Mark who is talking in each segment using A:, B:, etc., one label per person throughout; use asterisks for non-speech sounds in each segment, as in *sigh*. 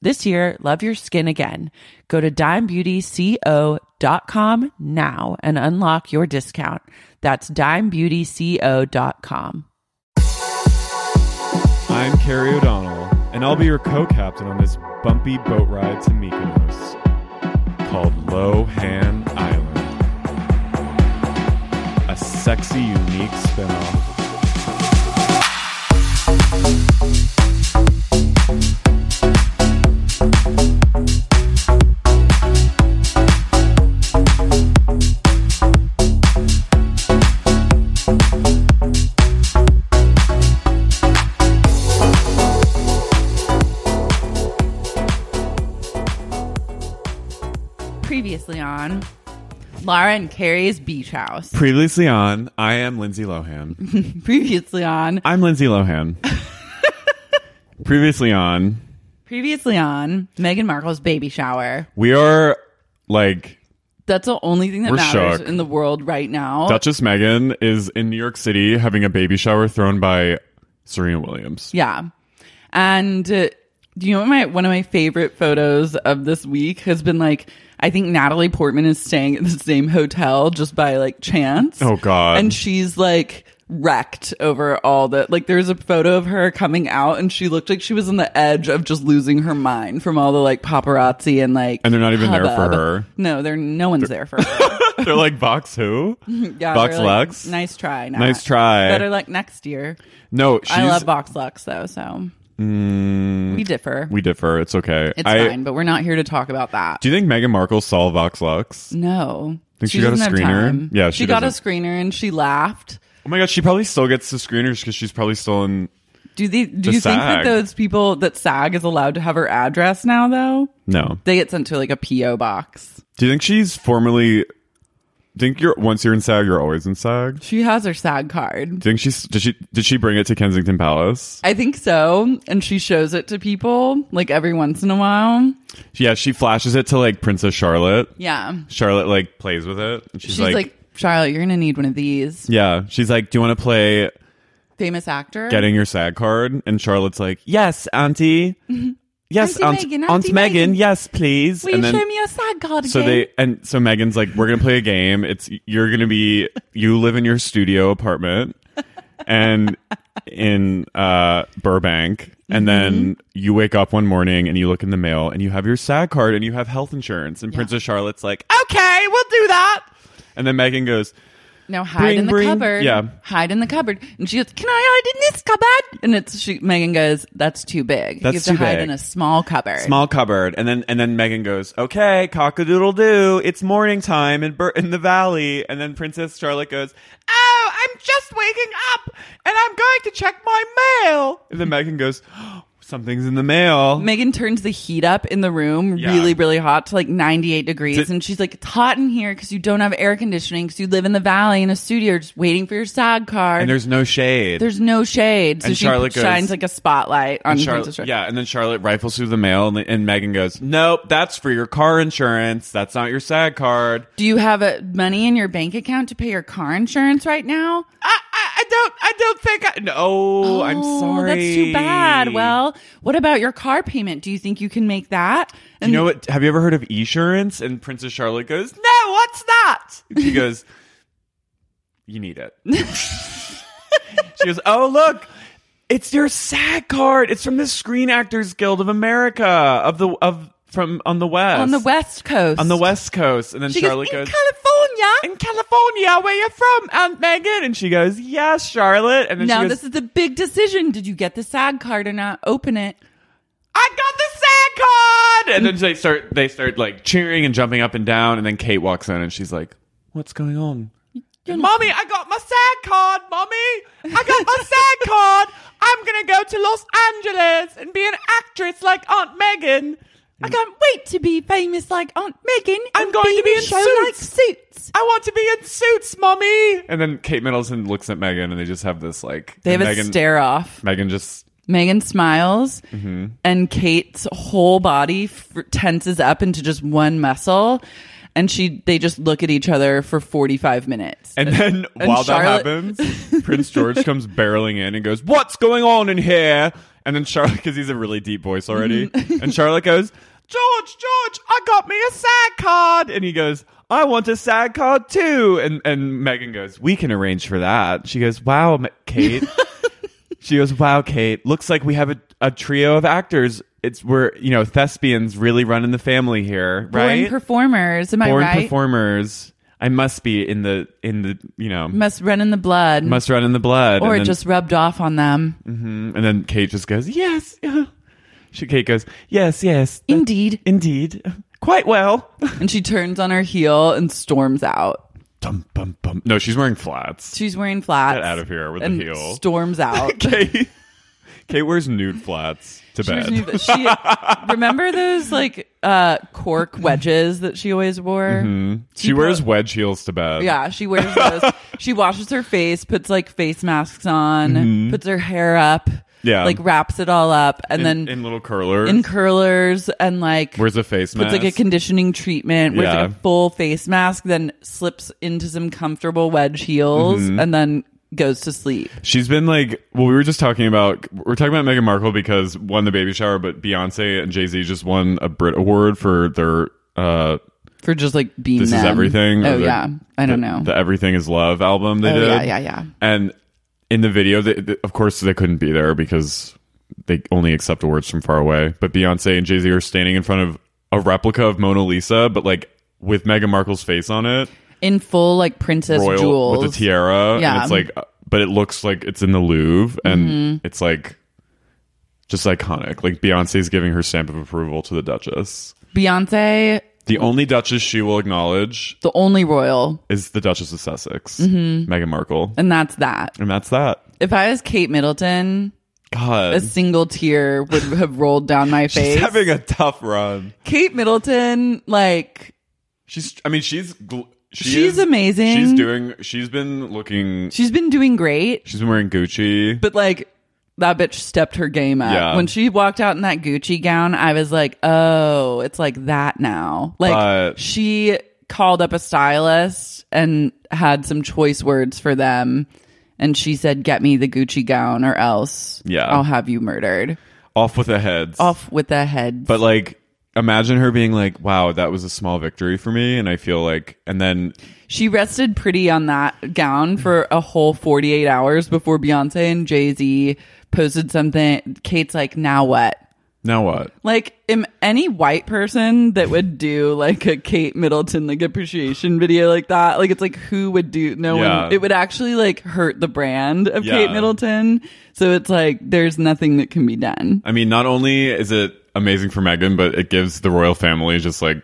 A: This year, love your skin again. Go to dimebeautyco.com now and unlock your discount. That's dimebeautyco.com.
B: I'm Carrie O'Donnell, and I'll be your co captain on this bumpy boat ride to Mykonos called Lohan Island. A sexy, unique spinoff.
A: Previously on Laura and Carrie's Beach House. *laughs*
C: Previously on, I am
B: *laughs*
C: Lindsay Lohan.
A: Previously on.
C: I'm Lindsay Lohan. Previously on,
A: Previously on Meghan Markle's baby shower.
C: we are like
A: That's the only thing that
C: We're
A: matters
C: shook.
A: in the world right now.
C: Duchess Megan is in New York City having a baby shower thrown by Serena Williams.
A: *laughs* Yeah. And uh, do you know what my one of my favorite photos of this week has been like I think Natalie Portman is staying at the same hotel just by like chance.
C: Oh, God.
A: And she's like wrecked over all the like there's a photo of her coming out and she looked like she was on the edge of just losing her mind from all the like paparazzi and like
C: And they're not even there for
A: hubbub.
C: her.
A: No, there no one's there for
C: *laughs*
A: her.
C: They're like,
A: *laughs*
C: Box who?
A: Yeah,
C: Box
A: they're like,
C: Lux?
A: Nice try. Nat."
C: Nice try.
A: Better luck next year.
C: No, she's, Mm.
A: I love Box Lux though, so we differ.
C: We differ. It's okay.
A: it's
C: I,
A: fine, but we're not here to talk about that.
C: Do you think Meghan Markle saw Vox Lux?
A: no,
C: Think she got a
A: doesn't have
C: screener?
A: time.
C: Yeah,
A: she,
C: she
A: got a
C: doesn't.
A: screener and she laughed.
C: Oh my god, she probably still gets the screeners because she's probably still in.
A: Do they? Do
C: To
A: you think that
C: SAG.
A: those people that SAG is allowed to have her address now? Though
C: No.
A: they get sent to like a PO box.
C: Do you think she's formally? Think you're once you're in SAG, you're always in SAG.
A: She has her SAG card.
C: Do you think she's did she did she bring it to Kensington Palace?
A: I think so, and she shows it to people like every once in a while.
C: Yeah, she flashes it to like Princess Charlotte.
A: Yeah,
C: Charlotte like plays with it, and she's,
A: she's like, Charlotte, you're gonna need one of these.
C: yeah, she's like, do you want to play
A: Famous actor.
C: getting your SAG card? And Charlotte's like, yes,
A: *laughs*
C: Auntie. Yes,
A: Auntie
C: Aunt,
A: Megan,
C: Aunt
A: Auntie
C: Megan,
A: Megan.
C: yes, please.
A: Will
C: and
A: you
C: then
A: show me your SAG card?
C: So
A: again?
C: they and so Megan's like, we're gonna play a game. It's you're gonna be you live in your
A: *laughs*
C: studio apartment and in uh Burbank,
A: Mm-hmm.
C: and then you wake up one morning and you look in the mail and you have your SAG card and you have health insurance. And Princess Charlotte's like, okay, we'll do that. And then Megan goes,
A: Now hide
C: Bring,
A: in the
C: bring.
A: cupboard.
C: Yeah.
A: Hide in the cupboard. And she goes, Can I hide in this cupboard? And it's she Megan goes, That's too big.
C: That's
A: you have
C: too
A: to hide
C: big.
A: in a small cupboard.
C: Small cupboard, and then and then Megan goes, "Okay, cockadoodle doo, it's morning time in Bur- in the valley." And then Princess Charlotte goes, "Oh, I'm just waking up, and I'm going to check my mail." And then Megan goes, "Oh, "Something's in the mail."
A: Megan turns the heat up in the room
C: Yeah.
A: really, really hot to like 98 degrees.
C: To-
A: and she's like, It's hot in here because you don't have air conditioning because you live in the valley in a studio just waiting for your SAG card.
C: and there's no shade.
A: There's no shade. So
C: And
A: she
C: Charlotte goes-
A: shines like a spotlight on Princess
C: And Charlotte,
A: Charlotte.
C: yeah, and then Charlotte rifles through the mail, and, and Megan goes, "Nope, that's for your car insurance. That's not your SAG card."
A: Do you have uh money in your bank account to pay your car insurance right now?
C: I, I, I don't, I don't think. I, no, I'm
A: Oh,
C: sorry.
A: That's too bad. Well, what about your car payment? Do you think you can make that?
C: you know what? Have you ever heard of insurance? And Princess Charlotte goes, "No, what's that?" And she goes, "You need
A: *laughs*
C: it." she goes, "Oh look." It's your SAG card. It's from the Screen Actors Guild of America of the of from on the west
A: on the West Coast.
C: on the west coast. And then
A: She goes,
C: Charlotte
A: in
C: goes,
A: California.
C: in California, where you from, Aunt Megan? And she goes, yes, Charlotte. And then
A: now
C: she goes,
A: this is the big decision. Did you get the SAG card or not? Open it.
C: I got the SAG card. And then they start, they start like cheering and jumping up and down. And then Kate walks in and she's like, what's going on? Mommy, I got my SAG card. Mommy, I got my SAG card. I'm going to go to Los Angeles and be an actress like Aunt Megan.
A: I can't wait to be famous like Aunt Megan.
C: I'm
A: and
C: going to
A: in
C: be
A: a
C: in
A: show
C: Suits.
A: like Suits.
C: I want to be in suits, mommy. And then Kate Middleton looks at Megan and they just have this like
A: They have
C: and
A: a
C: Megan-
A: stare off.
C: Megan just
A: Megan smiles,
C: Mm-hmm.
A: and Kate's whole body f- tenses up into just one muscle, and she they just look at each other for forty five minutes.
C: *laughs* And then
A: and
C: while
A: Charlotte-
C: that
A: *laughs*
C: happens, Prince George comes barreling in and goes, What's going on in here? And then Charlotte, because he's a really deep voice
A: *laughs*
C: already, and Charlotte goes, George, George, I got me a sad card. And he goes, I want a sad card too. And, and Megan goes, We can arrange for that. She goes, Wow, Ma- Kate.
A: *laughs*
C: she goes, Wow, Kate, looks like we have a, a trio of actors. It's we're, you know, thespians really running the family here, right?
A: Born performers, am
C: Born
A: I right?
C: performers. I must be in the in the you know
A: Must run in the blood,
C: must run in Mm-hmm. the blood.
A: or
C: and
A: it
C: then,
A: just rubbed off on them.
C: and then Kate just goes, yes. *laughs* She Kate goes, yes, yes, Uh,
A: Indeed.
C: indeed, *laughs* quite well. *laughs*
A: And she turns on her heel and storms out.
C: Dum, bum, bum. No, she's
A: *laughs*
C: wearing flats.
A: She's wearing flats.
C: Get out of here with the
A: and
C: heel. *laughs*
A: Storms out.
C: Kate, Kate wears nude flats to
A: She was
C: bed.
A: new- she-
C: *laughs*
A: remember those like uh, cork wedges that she always wore?
C: she wears wedge heels to bed.
A: Yeah, she wears
C: *laughs*
A: those. she washes her face, puts like face masks on, puts her hair up,
C: Mm-hmm. Yeah.
A: like wraps it all up, and
C: in,
A: then
C: in
A: in,
C: little curlers.
A: curlers and like
C: wears a face mask.
A: puts like a conditioning treatment, wears like
C: Yeah.
A: a full face mask, then slips into some comfortable wedge heels,
C: Mm-hmm.
A: and then goes to sleep.
C: She's been like, well, we were just talking about, we're talking about Meghan Markle because won the baby shower, but Beyonce and Jay Z just won a Brit Award for their, uh,
A: For just like being
C: This is
A: them.
C: everything.
A: Oh
C: or the-
A: yeah, I don't
C: the-
A: know.
C: The Everything Is Love album they
A: Oh,
C: did.
A: yeah, yeah, yeah.
C: And in the video, they, they- of course, they couldn't be there because they only accept awards from far away. But Beyonce and Jay Z are standing in front of a replica of Mona Lisa, but like with Meghan Markle's face on it,
A: In full like princess
C: royal
A: jewels
C: with a tiara.
A: Yeah.
C: And it's like, uh, but it looks like it's in the Louvre, and
A: Mm-hmm.
C: it's like just iconic. Like Beyonce's giving her stamp of approval to the Duchess.
A: Beyonce,
C: The only Duchess she will acknowledge
A: the only royal,
C: is the Duchess of Sussex,
A: Mm-hmm.
C: Meghan Markle.
A: and that's that.
C: And that's that.
A: If I was Kate Middleton,
C: God.
A: a single tear would have rolled down my face.
C: Mm-hmm. *laughs* She's having a tough run.
A: Kate Middleton, like
C: She's, I mean, she's, gl- she
A: She's
C: is-
A: amazing.
C: She's doing, she's been looking,
A: she's been doing great,
C: she's been wearing Gucci.
A: but like that bitch stepped her game up.
C: Yeah.
A: When she walked out in that Gucci gown, I was like, "Oh, it's like that now." Like
C: But-
A: she called up a stylist and had some choice words for them. And she said, "Get me the Gucci gown, or else
C: Yeah.
A: I'll have you murdered."
C: off with the heads.
A: Off with the head.
C: But like, imagine her being like, wow, that was a small victory for me. And I feel like, and then
A: She rested pretty on that gown for a whole 48 hours before Beyonce and Jay Z posted something. Kate's like, now what?
D: Now what?
A: Like, am any white person that would do like a Kate Middleton like appreciation video like that? Like, it's like who would do? No
D: Yeah.
A: one. It would actually like hurt the brand of
D: Yeah.
A: Kate Middleton. So it's like there's nothing that can be done.
C: I mean, not only is it amazing for Megan, but it gives the royal family just like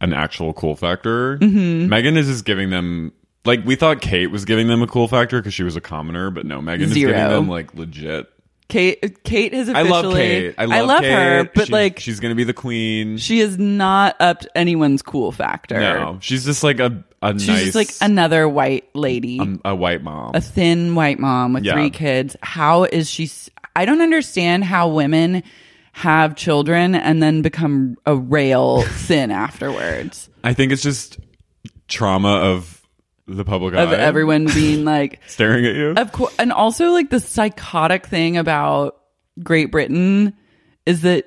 C: an actual cool factor. Mm-hmm. Megan is just giving them like we thought Kate was giving them a cool factor because she was a commoner, but no, Megan is giving
A: Zero.
C: them like legit.
A: Kate, Kate has
C: I
A: officially.
C: love Kate. I love, Kate.
A: her, but
C: She's-
A: like
C: she's gonna be the queen.
A: she has not upped anyone's cool factor.
C: no, she's just like a a
A: She's
C: nice
A: just like another white lady.
C: a white mom.
A: a thin white mom with
C: Yeah.
A: three kids. How is she? s- I don't understand how women have children and then become a
C: *laughs*
A: rail thin afterwards
C: I think it's just trauma of the public
A: of
C: eye *laughs*
A: everyone being like,
C: staring at you.
A: of course, and also like the psychotic thing about Great Britain is that.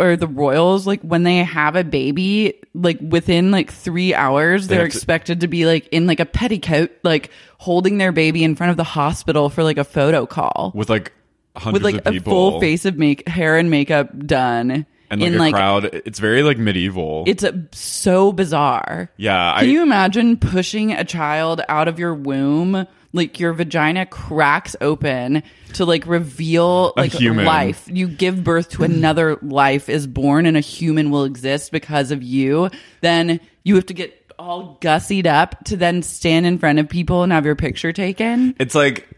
A: Or the royals, like when they have a baby, like within like three hours, they're
C: have to-
A: expected to be like in like a petticoat, like holding their baby in front of the hospital for like a photo call.
C: with like hundreds
A: with like
C: of
A: a
C: people
A: full face of make hair and makeup done
C: and like
A: in
C: a
A: like
C: crowd. It's very like medieval.
A: it's a, so bizarre.
C: yeah,
A: Can
C: I,
A: you imagine pushing a child out of your womb? Like your vagina cracks open to like reveal like
C: human.
A: life. You give birth to
C: *clears throat*
A: another life is born and a human will exist because of you. Then you have to get all gussied up to then stand in front of people and have your picture taken.
C: it's like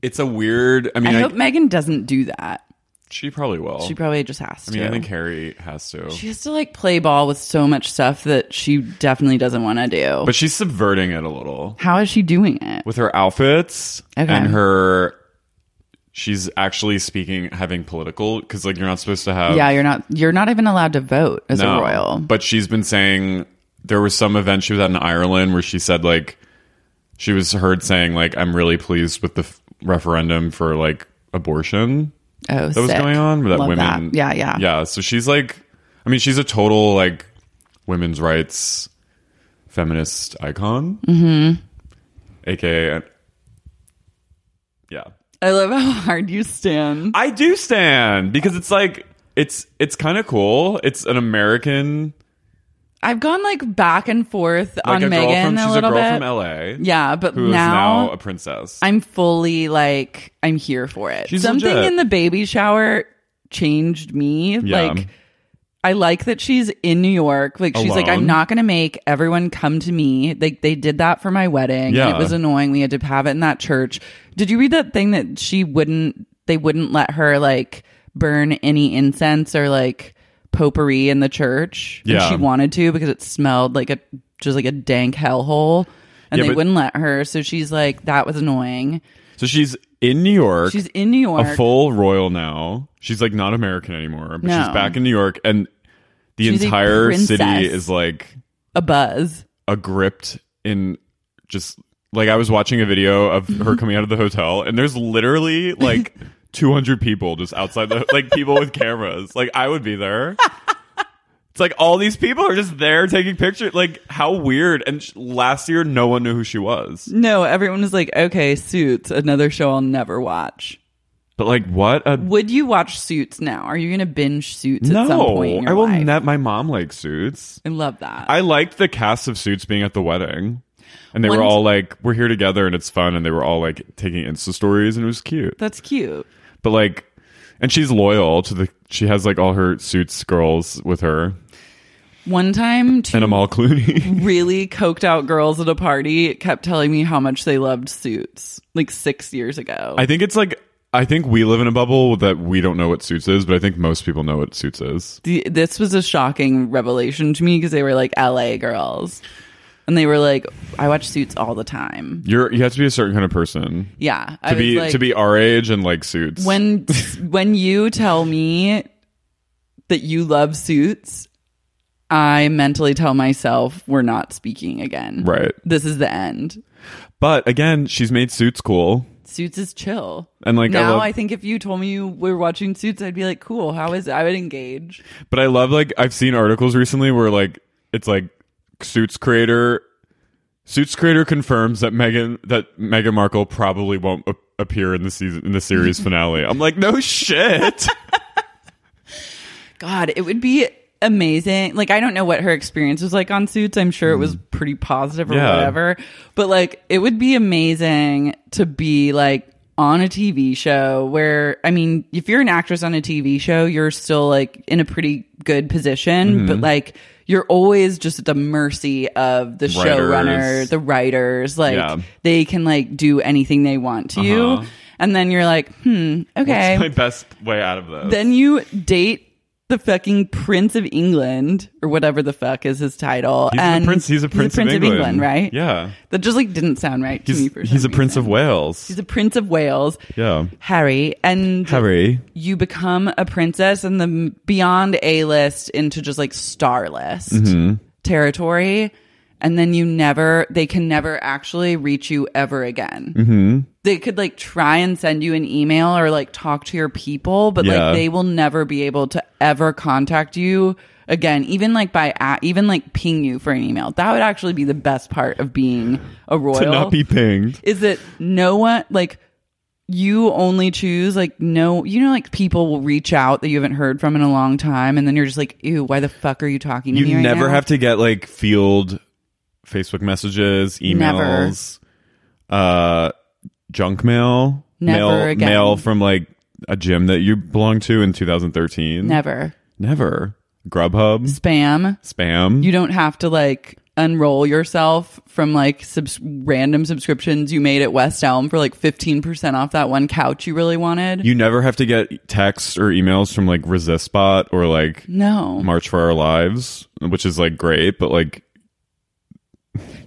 C: it's a weird. I mean,
A: I
C: I
A: hope Megan doesn't do that.
C: she probably will.
A: She probably just has to.
C: I mean, I think Harry has to,
A: She has to like play ball with so much stuff that she definitely doesn't want to do.
C: but she's subverting it a little
A: how is she doing it?
C: with her outfits
A: Okay.
C: and her. She's actually speaking, having political because like you're not supposed to have
A: yeah, you're not you're not even allowed to vote as
C: Oh. No,
A: a royal.
C: But she's been saying there was some event she was at in Ireland where she said like she was heard saying like I'm really pleased with the f- referendum for like abortion
A: oh,
C: that was going on that women
A: Yeah, yeah,
C: yeah so she's like I mean she's a total like women's rights feminist icon mm-hmm aka yeah
A: I love how hard you stand.
C: I do stand because it's like it's it's kind of cool it's an American
A: I've gone like back and forth on
C: like a girl
A: Megan
C: from
A: a
C: she's a,
A: little
C: girl
A: bit.
C: from LA.
A: yeah, but
C: who is
A: now,
C: now a princess.
A: I'm fully like I'm here for it.
C: She's
A: Something
C: legit.
A: in the baby shower changed me.
C: Yeah.
A: Like I like that she's in New York. Like she's like
C: Alone.
A: I'm not going to make everyone come to me. Like they did that for my wedding. and
C: Yeah.
A: it was annoying. We had to have it in that church. Did you read that thing that she wouldn't they wouldn't let her like burn any incense or like potpourri in the church? And
C: Yeah.
A: she wanted to because it smelled like a just like a dank hellhole. And
C: Yeah,
A: they
C: but-
A: wouldn't let her, so she's like, "That was annoying."
C: so she's in New York.
A: She's in New York.
C: a full royal now. She's like not American anymore, but she's
A: No.
C: back in New York, and the
A: She's a
C: entire city
A: princess.
C: is like
A: a buzz.
C: agripped in just like I was watching a video of
A: Mm-hmm.
C: her coming out of the hotel, and there's literally
A: *laughs*
C: like 200 people just outside the like people with cameras. Like I would be there. It's like all these people are just there taking pictures. Like how weird! And sh- last year, no one knew who she was.
A: No, everyone was like, "Okay, Suits, another show I'll never watch."
C: But like, what a
A: Would you watch Suits now? Are you going to binge Suits at some point? in your
C: I will
A: life?
C: not. My mom likes suits.
A: I love that.
C: I liked the cast of suits being at the wedding, and they were
A: One-
C: all like, "We're here together, and it's fun." And they were all like taking Insta stories, and it was cute.
A: That's cute.
C: But like, and she's loyal to the. She has like all her suits girls with her,
A: One time, two
C: and Amal Clooney. *laughs*
A: really coked out girls at a party kept telling me how much they loved Suits, like six years ago.
C: I think it's like. I think we live in a bubble that we don't know what suits is, but I think most people know what suits is.
A: The- this was a shocking revelation to me because they were like LA girls, and they were like, "I watch Suits all the time."
C: You're you have to be a certain kind of person
A: Yeah, I
C: to
A: was
C: be
A: like,
C: to be our age and like suits.
A: when
C: *laughs*
A: when you tell me that you love suits i mentally tell myself we're not speaking again
C: Right.
A: this is the end
C: but again, she's made suits cool.
A: suits is chill
C: And, like, I
A: now I,
C: love-
A: think if you told me you were watching suits i'd be like cool how is it i would engage
C: But I love like I've seen articles recently where like it's like Suits creator Suits creator confirms that Megan that Meghan Markle
A: *laughs*
C: probably won't a- appear in the season in the series finale. I'm like, no shit.
A: God, it would be amazing. Like, I don't know what her experience was like on Suits. I'm sure it was pretty positive or
C: Mm. Yeah.
A: whatever. But like, it would be amazing to be like on a TV show where, I mean, if you're an actress on a TV show, you're still like in a pretty good
C: Mm-hmm.
A: position, but like, you're always just at the mercy of the showrunner,
C: Writers.
A: the writers. Like
C: Yeah. Uh-huh.
A: they can like do anything they want to you, and then you're like, hmm, okay
C: What's my best way out of this?
A: then you date the fucking Prince of England or whatever the fuck is his title.
C: he's,
A: and
C: a prince, he's a prince.
A: of, England. right?
C: Yeah.
A: That just like didn't sound right to me
C: He's,
A: for
C: he's a
A: some
C: prince
A: reason.
C: of Wales.
A: He's a prince of Wales,
C: yeah.
A: Harry, and
C: Harry.
A: you become a princess and the m- beyond A list into just like star list
C: Mm-hmm.
A: territory. And then you never, they can never actually reach you ever again. Mm-hmm. They could like try and send you an email or like talk to your people, but
C: Yeah.
A: like they will never be able to ever contact you again, even like by, a- even like ping you for an email. That would actually be the best part of being a royal
C: To not be pinged.
A: is that no one like you only choose like no you know like people will reach out that you haven't heard from in a long time and then you're just like ew why the fuck are you talking to me
C: You
A: right
C: never
A: now?
C: have to get like field Facebook messages, emails, uh, junk mail,
A: Never
C: mail,
A: again.
C: mail from like a gym that you belong to in 2013.
A: never
C: Never. Grubhub,
A: spam
C: spam.
A: you don't have to like unroll yourself from like subs- random subscriptions you made at West Elm for like 15% off that one couch you really wanted
C: you never have to get texts or emails from like Resist Spot or like
A: no
C: March for Our Lives, which is like great, but like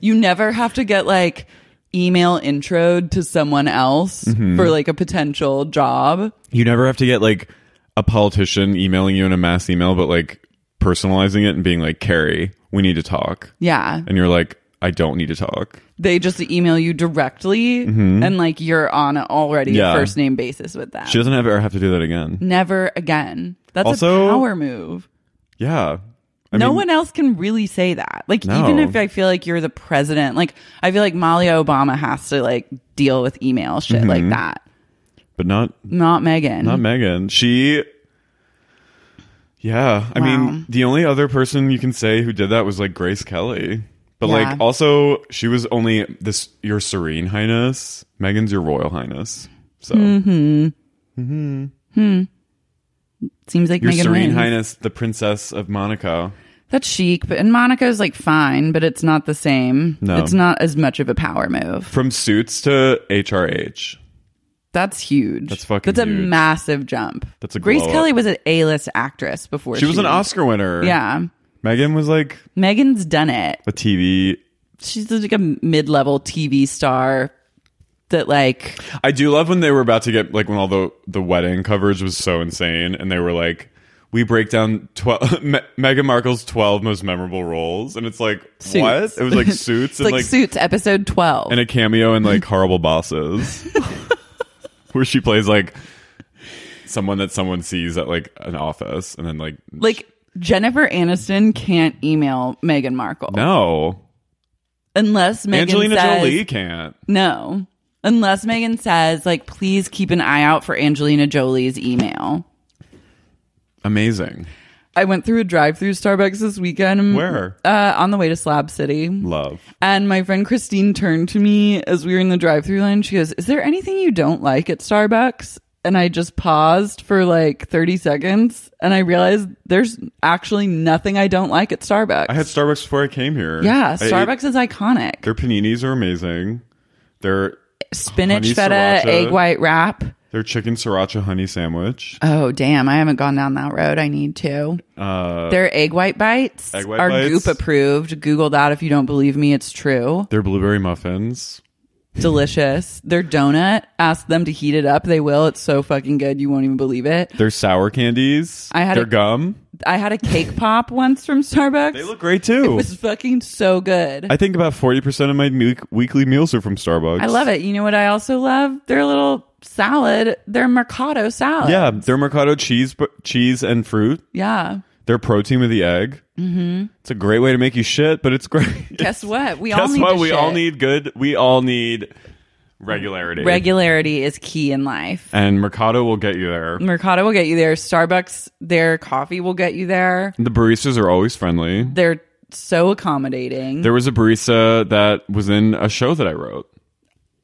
A: you never have to get like email intro to someone else
C: Mm-hmm.
A: for like a potential job
C: you never have to get like a politician emailing you in a mass email, but like personalizing it and being like, Carrie, we need to talk.
A: yeah
C: And you're like, I don't need to talk.
A: they just email you directly and like you're on a- already
C: Mm-hmm. Yeah.
A: a first name basis with them.
C: She doesn't ever have to do that again.
A: Never again. That's
C: Also-
A: a power move.
C: Yeah. I
A: no
C: mean,
A: one else can really say that. Like
C: No.
A: even if I feel like you're the president, like I feel like Molly Obama has to like deal with email shit like that.
C: But not
A: Not Megan.
C: Mm-hmm. not Megan. She Yeah. I
A: Wow.
C: mean, the only other person you can say who did that was like Grace Kelly. But
A: Yeah.
C: like also she was only this your serene highness. Megan's your royal highness. So
A: Mm-hmm. Seems like
C: your
A: Megan
C: serene
A: wins.
C: highness, the princess of Monaco.
A: That's chic, but and Monaco's like fine, but it's not the same.
C: No.
A: It's not as much of a power move.
C: From suits to HRH.
A: That's huge.
C: That's fucking
A: That's a
C: huge.
A: massive jump.
C: That's a
A: Grace
C: glow up.
A: Kelly was an A list actress before
C: She was an Oscar winner.
A: Yeah.
C: Megan was like
A: Megan's done it.
C: a TV.
A: She's like a mid level TV star that, like,
C: I do love when they were about to get like when all the the wedding coverage was so insane and they were like we break down 12 *laughs* Me- Meghan Markle's 12 most memorable roles and it's like
A: Suits.
C: what?
A: *laughs*
C: It was like suits
A: it's
C: and
A: like,
C: like,
A: Suits, episode 12.
C: and a cameo in like
A: *laughs*
C: horrible bosses where she plays like someone that someone sees at like an office and then like
A: like, Jennifer Aniston can't email Meghan Markle.
C: no.
A: Unless Megan
C: Angelina
A: says,
C: Jolie can't.
A: No. Unless Megan says, like, please keep an eye out for Angelina Jolie's email.
C: Amazing.
A: I went through a drive through Starbucks this weekend.
C: Where?
A: Uh, on the way to Slab City.
C: Love.
A: And my friend Christine turned to me as we were in the drive through line. She goes, Is there anything you don't like at Starbucks? And I just paused for like 30 seconds and I realized there's actually nothing I don't like at Starbucks.
C: I had Starbucks before I came here. I
A: yeah,
C: ate-
A: Starbucks is iconic.
C: their paninis are amazing. Their
A: Spinach
C: honey
A: feta,
C: sriracha.
A: egg white wrap.
C: their chicken sriracha honey sandwich.
A: Oh, damn. I haven't gone down that road. I need to.
C: Uh,
A: Their egg white bites
C: Egg white
A: are
C: bites.
A: goop approved. Google that if you don't believe me. It's true.
C: their blueberry muffins.
A: Delicious. Their donut, ask them to heat it up. They will. It's so fucking good. You won't even believe it.
C: Their sour candies.
A: I had
C: their
A: a-
C: gum.
A: I had a
C: *laughs*
A: cake pop once from Starbucks.
C: They look great too.
A: It was fucking so good.
C: I think about forty percent of my me- weekly meals are from Starbucks.
A: I love it. You know what I also love? Their little salad, their mercado salad.
C: Yeah, their mercado cheese, bu- cheese and fruit.
A: Yeah.
C: Their protein with the egg. Mm-hmm. It's a great way to make you shit, but it's great. *laughs*
A: Guess what? We all
C: Guess
A: need
C: what?
A: the
C: We
A: shit.
C: all need good. We all need regularity.
A: Regularity is key in life.
C: and Mercado will get you there.
A: Mercado will get you there. Starbucks, their coffee will get you there.
C: The baristas are always friendly.
A: They're so accommodating.
C: There was a barista that was in a show that I wrote,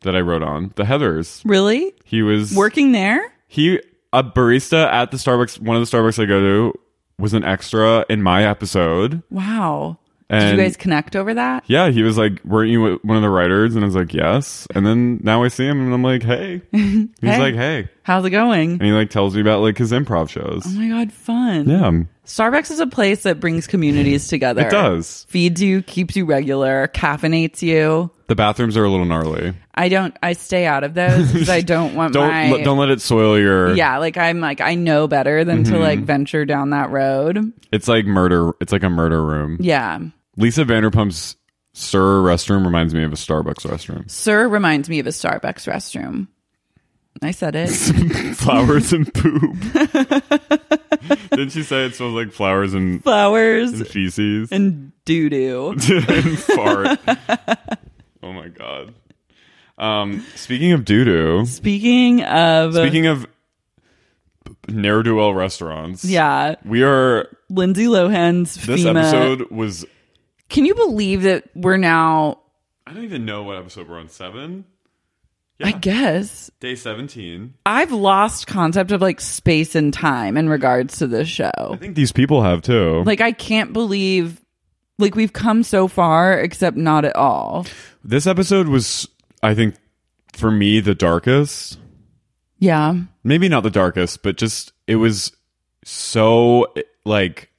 C: that I wrote on the Heather's.
A: really?
C: He was
A: Working there?
C: He a barista at the Starbucks. One of the Starbucks I go to was an extra in my episode.
A: Wow. Did
C: And-
A: you guys connect over that?
C: Yeah, he was like, "Weren't you one of the writers?" And I was like, "Yes." And then now I see him, and I'm like,
A: *laughs*
C: "Hey." He's like, "Hey,"
A: How's it going?
C: and he like tells me about like his improv shows.
A: Oh my god, fun.
C: yeah,
A: Starbucks is a place that brings communities together.
C: it does.
A: Feeds you, keeps you regular, caffeinates you.
C: The bathrooms are a little gnarly.
A: I don't I stay out of those because
C: *laughs*
A: I don't want
C: Don't
A: my
C: let- don't let it soil your.
A: Yeah, like I'm like I know better than to
C: Mm-hmm.
A: like venture down that road.
C: it's like murder. It's like a murder room.
A: Yeah.
C: Lisa Vanderpump's Sir restroom reminds me of a Starbucks
A: *laughs*
C: restroom.
A: Sir reminds me of a Starbucks restroom. I said
C: *laughs*
A: it.
C: flowers and poop. *laughs* Didn't she say it smells like flowers and
A: Flowers
C: feces
A: and doo doo.
C: *laughs* and
A: *laughs*
C: fart? Oh my god. Um, speaking of doo doo,
A: Speaking of
C: speaking of ne'er do well restaurants,
A: yeah,
C: we are.
A: Lindsay Lohan's
C: This
A: FEMA.
C: episode was.
A: Can you believe that we're now?
C: I don't even know what episode we're on. Seven,
A: I guess
C: day seventeen.
A: I've lost concept of like space and time in regards to this
C: I
A: show.
C: think these people have too.
A: Like I can't believe like we've come so far except not at all.
C: This episode was, I think, for me, the darkest.
A: Yeah.
C: Maybe not the darkest, but just it was so like.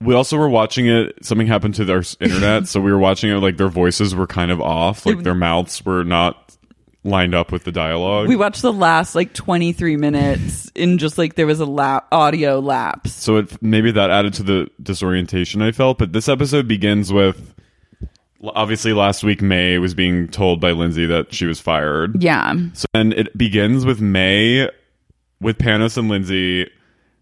C: We also were watching it. Something happened to their s- internet, so we were watching it. Like their voices were kind of off. Like their mouths were not lined up with the dialogue.
A: We watched the last like 23 minutes in just like there was a lap audio lapse.
C: so it maybe that added to the disorientation I felt. But this episode begins with l- obviously last week May was being told by Lindsay that she was fired.
A: Yeah.
C: So, and it begins with May with Panos and Lindsay.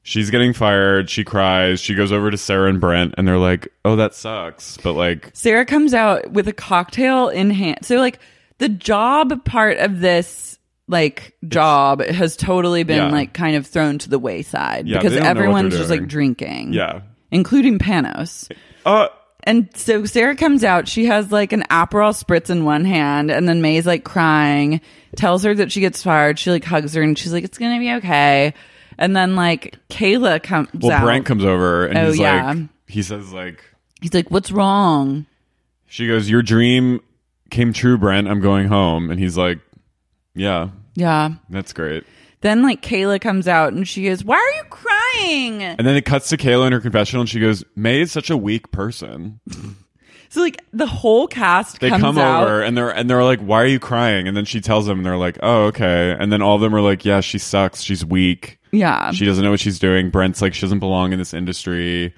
C: She's getting fired. She cries. She goes over to Sarah and Brent, and they're like, "Oh, that sucks." But like,
A: Sarah comes out with a cocktail in hand. So like the job part of this like job has totally been
C: Yeah.
A: like kind of thrown to the wayside
C: Yeah,
A: because
C: they don't know what they're
A: everyone's just like
C: doing.
A: drinking.
C: yeah,
A: Including Panos.
C: uh,
A: And so Sarah comes out, she has like an Aperol spritz in one hand, and then May's like crying, tells her that she gets fired. She like hugs her and she's like, it's gonna be okay. And then like Kayla comes
C: well,
A: out.
C: Brent comes over and
A: Oh,
C: he's
A: yeah.
C: like, he says like,
A: He's like, what's wrong?
C: she goes, "Your dream came true, Brent. I'm going home," and he's like, "Yeah,
A: Yeah.
C: that's great."
A: Then like Kayla comes out and she goes, why are you crying?
C: And then it cuts to Kayla in her confessional, and she goes, "May is such a weak person."
A: So like the whole cast
C: they
A: comes
C: come
A: out.
C: over and they're and they're like, "Why are you crying?" And then she tells them, and they're like, "Oh, okay." And then all of them are like, "Yeah, she sucks. She's weak.
A: Yeah.
C: She doesn't know what she's doing." Brent's like, "She doesn't belong in this industry."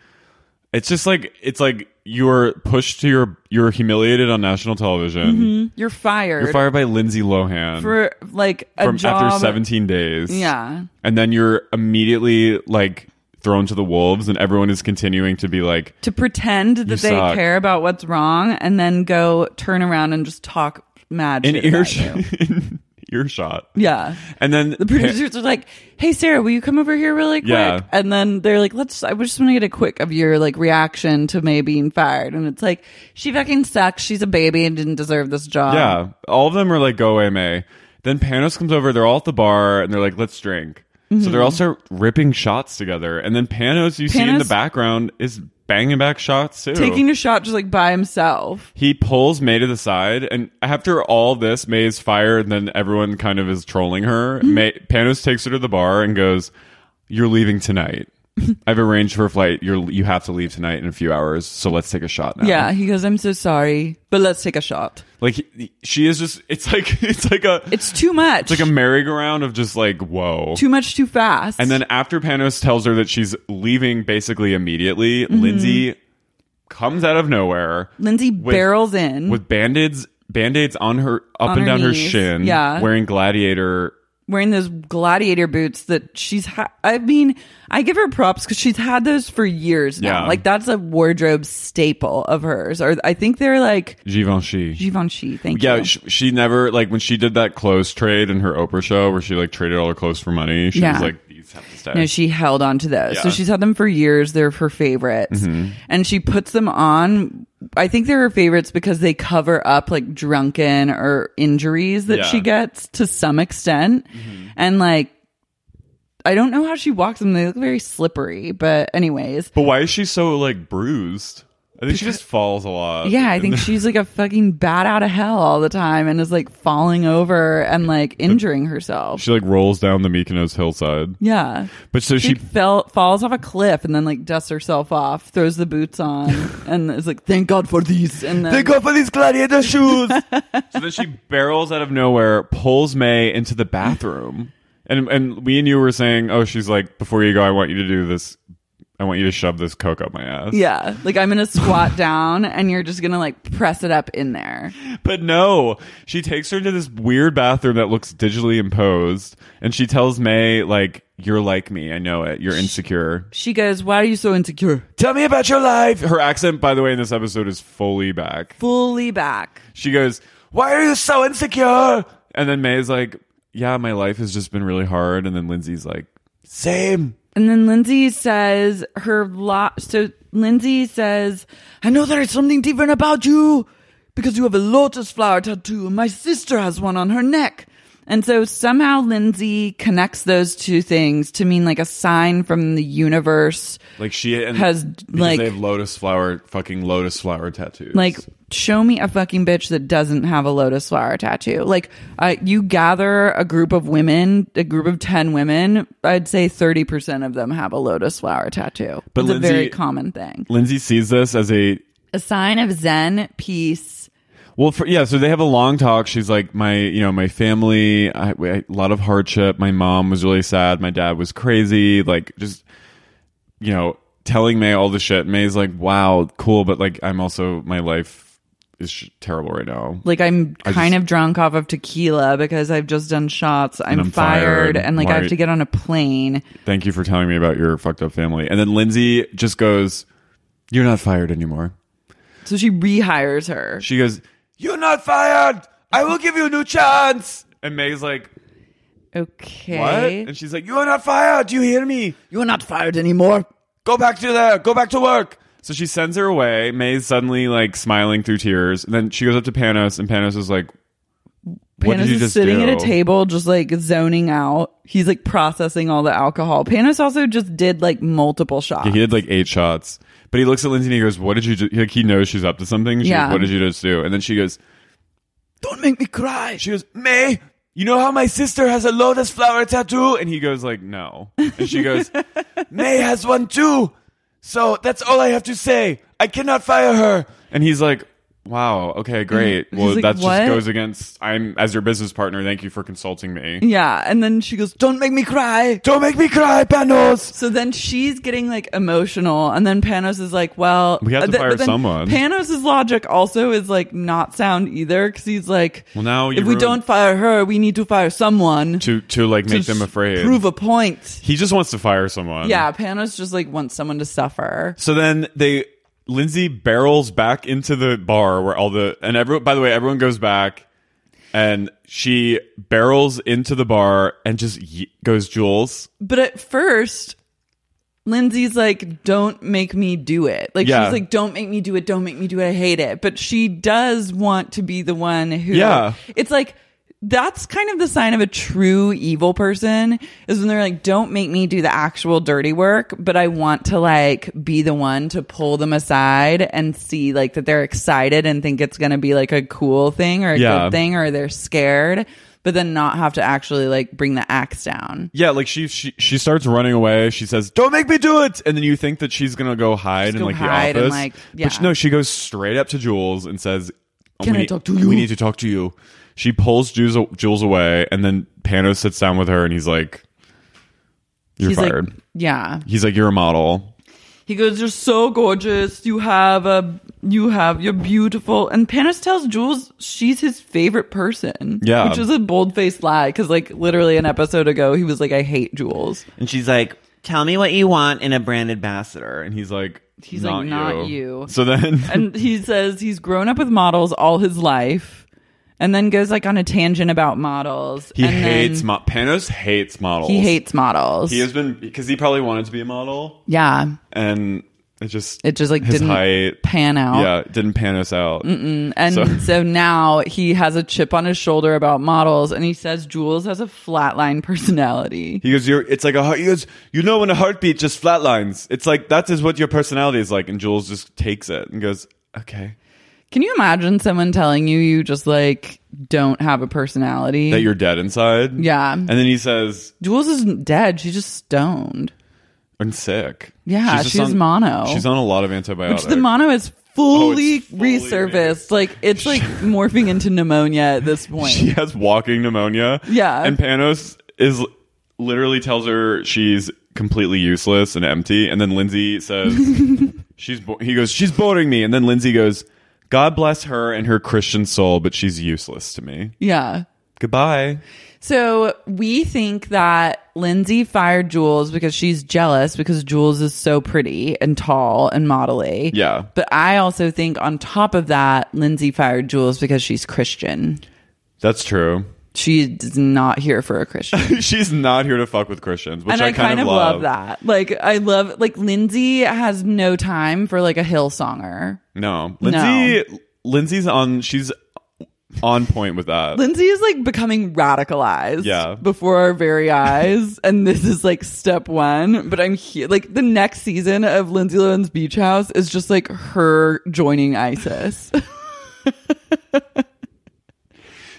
C: It's just like it's like you're pushed to your you're humiliated on national television.
A: You're fired.
C: You're fired by Lindsay Lohan
A: Mm-hmm. for like a
C: from
A: job.
C: after 17 days.
A: Yeah.
C: and then you're immediately like thrown to the wolves, and everyone is continuing to be like,
A: to pretend that they
C: suck.
A: care about what's wrong and then go turn around and just talk mad
C: in
A: shit about
C: earshot,
A: you.
C: *laughs* in earshot.
A: Yeah.
C: And then
A: The producers are like, "Hey Sarah, will you come over here really quick?"
C: Yeah.
A: And then they're like, "Let's I just want to get a quick of your like reaction to May being fired." And it's like, "She fucking sucks. She's a baby and didn't deserve this job."
C: Yeah. All of them are like, go away, May. Then Panos comes over. They're all at the bar and they're like, let's drink. So they're all start ripping shots together. And then Panos, you see in the
A: Mm-hmm. Panos-
C: background, is banging back shots too.
A: Taking a shot just like by himself.
C: he pulls May to the side. And after all this, May is fired. And then everyone kind of is trolling her.
A: Mm-hmm.
C: May, Panos takes her to the bar and goes, You're
A: *laughs*
C: leaving tonight. I've arranged for a flight. You're, you have to leave tonight in a few hours. So let's take a shot now.
A: Yeah, he goes, "I'm so sorry, but let's take a shot."
C: Like, he- he- she is just, it's like, *laughs* it's like a,
A: It's too much.
C: It's like a merry-go-round of just like whoa.
A: too much too fast.
C: and then after Panos tells her that she's leaving basically immediately,
A: Mm-hmm.
C: Lindsay comes out of nowhere
A: Lindsay barrels in.
C: with band-aids band-aids on her up
A: On
C: and
A: her
C: down her
A: knees.
C: shin,
A: Yeah.
C: wearing gladiator
A: wearing those gladiator boots that she's ha- I mean, I give her props because she's had those for years now.
C: Yeah.
A: Like that's a wardrobe staple of hers. Or I think they're like
C: Givenchy.
A: Givenchy. Thank
C: Yeah,
A: you.
C: she, she never like when she did that clothes trade in her Oprah show where she like traded all her clothes for money. She
A: Yeah.
C: was like, "These have to stay."
A: No, she held on to those. So
C: Yeah. Mm-hmm.
A: she's had them for years. They're her favorites. And she puts them on. I think they're her favorites because they cover up like drunken or injuries that
C: Yeah. Mm-hmm.
A: she gets to some extent. And like, I don't know how she walks them. They look very slippery. But, anyways,
C: but why is she so like bruised? I think she just falls a lot.
A: yeah, I *laughs* think she's like a fucking bat out of hell all the time and is like falling over and like injuring herself.
C: she like rolls down the Mykonos hillside.
A: Yeah.
C: But so
A: She
C: she
A: fell falls off a cliff and then like dusts herself off, throws the boots *laughs* on, and is like, "Thank God for these." And then
C: go for these gladiator shoes. *laughs* so then she barrels out of nowhere, pulls May into the bathroom, and and we and you were saying, oh, she's like, before you go, I want you to do this. I want you to shove this coke up my ass.
A: yeah, like I'm gonna squat *laughs* down and you're just gonna like press it up in there.
C: But no, she takes her to this weird bathroom that looks digitally imposed, and she tells May like, "You're like me. I know it. You're insecure.
A: She goes, "Why are you so insecure?"
C: Tell me about your life." Her accent, by the way, in this episode is fully back.
A: Fully back.
C: She goes, Why are you so insecure? And then May's like, Yeah, my life has just been really hard. And then Lindsay's like, Same.
A: And then Lindsay says her lot. So Lindsay says, I know there is something different about you because you have a lotus flower tattoo. and My sister has one on her neck. And so somehow Lindsay connects those two things to mean like a sign from the universe.
C: Like she and
A: Has,
C: because
A: like-
C: they have lotus flower fucking lotus flower tattoos.
A: Like, show me a fucking bitch that doesn't have a lotus flower tattoo. Like, uh, you gather a group of women, a group of 10 women, I'd say 30% of them have a lotus flower tattoo.
C: But
A: it's
C: Lindsay-
A: a very common thing.
C: Lindsay sees this as a
A: a sign of zen peace
C: well, for, yeah. So they have a long talk. She's like, my, you know, my family, I, I- a lot of hardship. My mom was really sad. My dad was crazy. Like, just, you know, telling May all the shit. May's like, wow, cool, but like, I'm also my life is sh- terrible right now.
A: like i'm
C: I
A: kind
C: just-
A: of drunk off of tequila because i've just done shots i'm,
C: I'm
A: fired,
C: fired.
A: and like
C: Why-
A: i have to get on a plane
C: Thank you for telling me about your fucked up family. And then Lindsay just goes, You're not fired anymore.
A: so she rehires her
C: She goes, You're not fired. I will give you a new chance. And May's like, What?
A: okay
C: And she's like, You are not fired. Do you hear me?
A: you're not fired anymore
C: Go back to there. Go back to work. So she sends her away. May's suddenly like smiling through tears. And then she goes up to Panos, and Panos is like, What
A: Panos
C: did you
A: is
C: just
A: sitting
C: do?
A: at a table, just like zoning out. He's like processing all the alcohol. Panos also just did like multiple shots.
C: Yeah, he did like eight shots. But he looks at Lindsay and he goes, What did you do? Like, he knows she's up to something. She
A: Yeah.
C: goes, What did you just do? And then she goes, Don't make me cry. She goes, May, you know how my sister has a lotus flower tattoo? And he goes, like, no. And
A: *laughs*
C: she goes, May has one too. So that's all I have to say. I cannot fire her. And he's like, Wow, okay, great.
A: Mm-hmm. He's
C: Well
A: like,
C: that
A: "What?"
C: just goes against I'm as your business partner, thank you for consulting me.
A: yeah, and then she goes, "Don't make me cry."
C: Don't make me cry, Panos.
A: So then she's getting like emotional, and then Panos is like, "Well,
C: We have to
A: uh, th-
C: fire
A: but then
C: someone.
A: Panos's logic also is like not sound either, because he's like,
C: Well, now you
A: if we
C: ruined-
A: don't fire her, we need to fire someone
C: To to like make them
A: s-
C: afraid.
A: prove a point."
C: he just wants to fire someone.
A: Yeah, Panos just like wants someone to suffer.
C: So then they Lindsay barrels back into the bar where all the and everyone by the way, everyone goes back and she barrels into the bar and just ye- goes Jules.
A: But at first. Lindsay's like, don't make me do it. Like,
C: Yeah.
A: she's like, don't make me do it. Don't make me do it. I hate it. But she does want to be the one who
C: Yeah.
A: it's like that's kind of the sign of a true evil person is when they're like don't make me do the actual dirty work but i want to like be the one to pull them aside and see like that they're excited and think it's going to be like a cool thing or a
C: Yeah.
A: good thing or they're scared but then not have to actually like bring the axe down
C: Yeah, like she she she starts running away. She says, "Don't make me do it!" And then you think that she's gonna go hide in
A: gonna
C: like
A: hide
C: the
A: and,
C: office,
A: like,
C: but she-
A: yeah.
C: no, she goes straight up to Jules and says, oh,
A: Can
C: we
A: I
C: need-
A: talk to you?
C: We need to talk to you." She pulls Jules, Jules away, and then Panos sits down with her, and he's like, "You're
A: he's
C: fired."
A: like yeah
C: he's like, "You're a model."
A: He goes, "You're so gorgeous. You have a, you have, you're beautiful." And Panis tells Jules she's his favorite person.
C: Yeah.
A: which is a bold faced lie because, like, literally an episode ago, he was like, "I hate Jules."
E: And she's like, "Tell me what you want in a brand ambassador." And
C: And
E: he,
C: he's like,
A: He's like, "Not you."
C: So then,
A: and he *laughs* says he's grown up with models all his life, and then goes like on a tangent about models.
C: *laughs* he
A: and
C: hates
A: then
C: mo- Panos hates models.
A: he hates models.
C: He has been because he probably wanted to be a model,
A: yeah,
C: and it just
A: it just like
C: his
A: didn't
C: height.
A: pan out.
C: yeah, it didn't pan us out.
A: And
C: So-
A: so. now he has a chip on his shoulder about models, and he says Jules has a flatline personality.
C: He goes, "You're." It's like a. heart- He goes, "You know when a heartbeat just flatlines. It's like that is what your personality is like." And Jules just takes it and goes, "Okay,
A: Can you imagine someone telling you you just like don't have a personality?
C: that you're dead inside."
A: Mm. yeah.
C: And then he says,
A: Jules isn't dead. She's just stoned.
C: "I'm sick."
A: Yeah,
C: just
A: she's mono.
C: She's on a lot of
A: Which
C: antibiotics.
A: the mono is fully,
C: Oh, fully
A: resurfaced. Like it's
C: *laughs*
A: like morphing into pneumonia at this point.
C: she has walking pneumonia.
A: Yeah.
C: And Panos is literally tells her she's completely useless and empty. And then
A: *laughs*
C: Lindsay says, "She's." Bo-, he goes, "She's boring me." And then Lindsay goes, "God bless her and her Christian soul, but she's useless to me.
A: yeah.
C: Goodbye."
A: So we think that Lindsay fired Jules because she's jealous because Jules is so pretty and tall and modelly.
C: Yeah.
A: But I also think on top of that, Lindsay fired Jules because she's Christian.
C: That's true. *laughs*
A: She's not here for a *laughs* Christian.
C: She's not here to fuck with Christians, which
A: and
C: I,
A: I, kind, of love. that. Like I love like Lindsay has no time for like a Hillsonger.
C: No,
A: No.
C: Lindsay. Lindsay's on. She's on point with that.
A: Lindsay is like becoming radicalized
C: Yeah.
A: before our *laughs* very eyes. and this is like step one. But I'm here. Like the next season of Lindsay Lohan's Beach House is just like her joining *laughs* ISIS.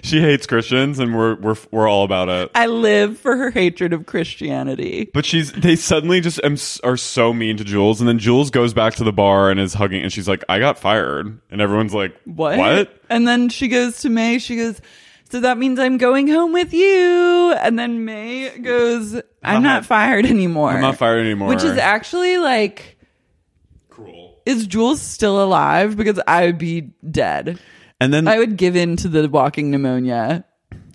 C: she hates Christians, and we're we're we're all about it.
A: I live for her hatred of Christianity.
C: But she's they suddenly just am, are so mean to Jules, and then Jules goes back to the bar and is hugging, and she's like, "I got fired," and everyone's like,
A: What?
C: What?
A: And then she goes to May. She goes, So that means I'm going home with you. And then May goes, I'm not fired anymore.
C: I'm not fired anymore.
A: Which is actually like.
C: cruel.
A: Is Jules still alive? Because I would be dead.
C: And then
A: I would give in to the walking pneumonia.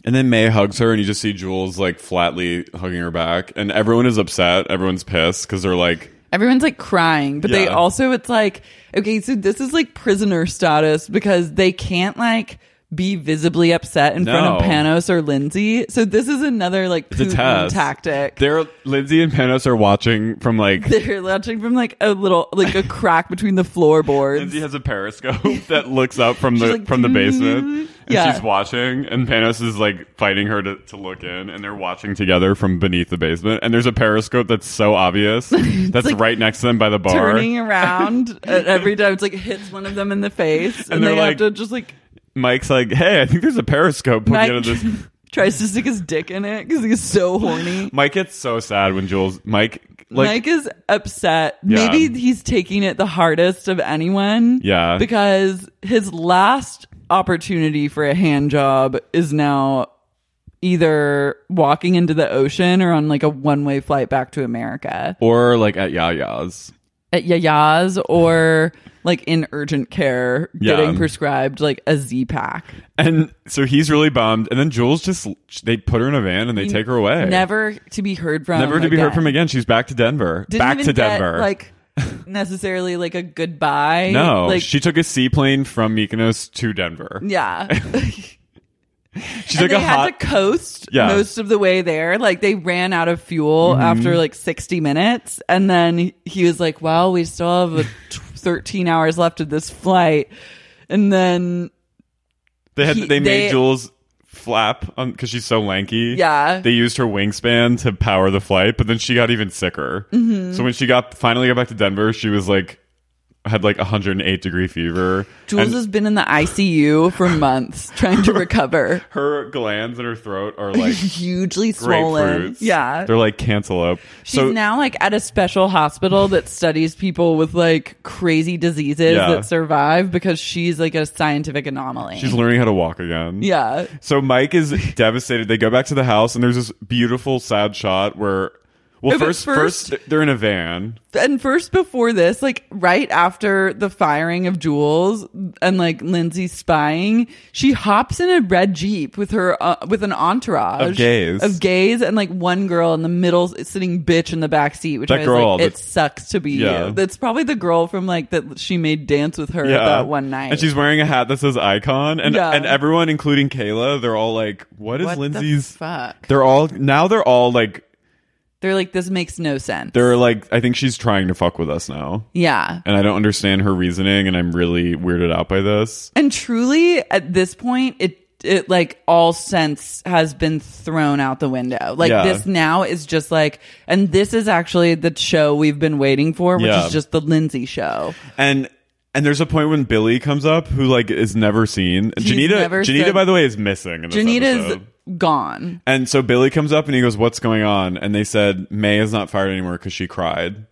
C: and then May hugs her, and you just see Jules like flatly hugging her back, and everyone is upset. Everyone's pissed because they're like,
A: Everyone's like crying, but they
C: Yeah.
A: also, it's like, okay, so this is like prisoner status because they can't like be visibly upset in front of
C: No.
A: Panos or Lindsay. So this is another like
C: "It's a
A: Putin
C: test
A: tactic.
C: They're Lindsay and Panos are watching from like
A: They're launching from like a little, like a crack between the floorboards.
C: Lindsay has
A: *laughs*
C: a periscope that looks up from the
A: She's like, "Mm-hmm."
C: from the basement, and
A: Yeah.
C: she's watching. And Panos is like fighting her to, to look in, and they're watching together from beneath the basement. And there's a periscope that's so obvious
A: *laughs*
C: that's
A: like
C: right next to them by the bar.
A: Turning
C: *laughs*
A: around and every time, it's like hits one of them in the face, and,
C: they're
A: they
C: like-
A: have to just like
C: Mike's like, "Hey, I think there's a periscope poking
A: Mike
C: out of this."
A: *laughs* tries to stick his dick in it because he's so horny.
C: Mike gets so sad when Jules Mike *laughs* like
A: Mike is upset.
C: Yeah.
A: Maybe he's taking it the hardest of anyone.
C: Yeah.
A: Because his last opportunity for a hand job is now either walking into the ocean or on like a one way flight back to America
C: or like at Yaya's.
A: at Yaya's or like in urgent care
C: Yeah.
A: getting prescribed like a Z pack.
C: And so he's really bummed. And then Jules just they put her in a van and they take her away.
A: Never to be heard from.
C: Never to be heard
A: again.
C: from again. She's back to Denver.
A: Didn't
C: back
A: even
C: to
A: get,
C: Denver.
A: like necessarily like a goodbye.
C: No,
A: like
C: she took a seaplane from Mykonos to Denver. *laughs*
A: yeah.
C: She's
A: and
C: like
A: they
C: a
A: had
C: hot.
A: to coast
C: Yeah. Mm-hmm.
A: most of the way there. Like they ran out of fuel after like 60 minutes, and then he was like, "Well, we still have a t- 13 hours left of this flight," and then
C: they had
A: he-
C: they made
A: they-
C: Jules flap because she's so lanky.
A: Yeah.
C: they used her wingspan to power the flight, but then she got even sicker.
A: Mm-hmm.
C: So when she got finally got back to Denver, she was like had like 108 degree fever.
A: Jules
C: and
A: has been in the ICU for months *laughs* trying to recover.
C: her glands in her throat are *laughs*
A: *laughs*
C: like
A: Hugely swollen.
C: grapefruits.
A: Yeah.
C: they're like cantaloupe.
A: She's now like at a special hospital that studies people with like crazy diseases
C: Yeah.
A: that survive because she's like a scientific anomaly.
C: she's learning how to walk again.
A: yeah.
C: So Mike is devastated. They go back to the house, and there's this beautiful, sad shot where
F: Well,
A: No, but
F: first, first, they're in a van.
A: and first before this, like right after the firing of Jules and like Lindsay spying, she hops in a red jeep with her uh, with an entourage
C: Of gays.
A: of gays, and like one girl in the middle sitting bitch in the back seat, which
C: That
A: I
C: girl
A: was like, it
C: that-
A: sucks to be
C: Yeah.
A: you. That's probably the girl from like that she made dance with her that one night.
C: And she's wearing a hat that says icon. And
A: Yeah.
C: and everyone, including Kayla, they're all like, What is
A: What the
C: Lindsay's
A: fuck?
C: They're all now they're all like
A: They're like, this makes no sense.
C: they're like I think she's trying to fuck with us now.
A: yeah,
C: And I don't understand her reasoning and I'm really weirded out by this.
A: And truly, at this point, it it like all sense has been thrown out the window. Like
C: Yeah.
A: this now is just like, and this is actually the show we've been waiting for, which
C: Yeah.
A: is just the Lindsay show.
C: And and there's a point when Billy comes up who like is never seen. And
A: He's
C: Janita
A: never
C: Janita,
A: said-
C: by the way, is missing in this
A: Janita's
C: episode.
A: gone.
C: And so Billy comes up and he goes, "What's going on?" And they said May is not fired anymore because she cried.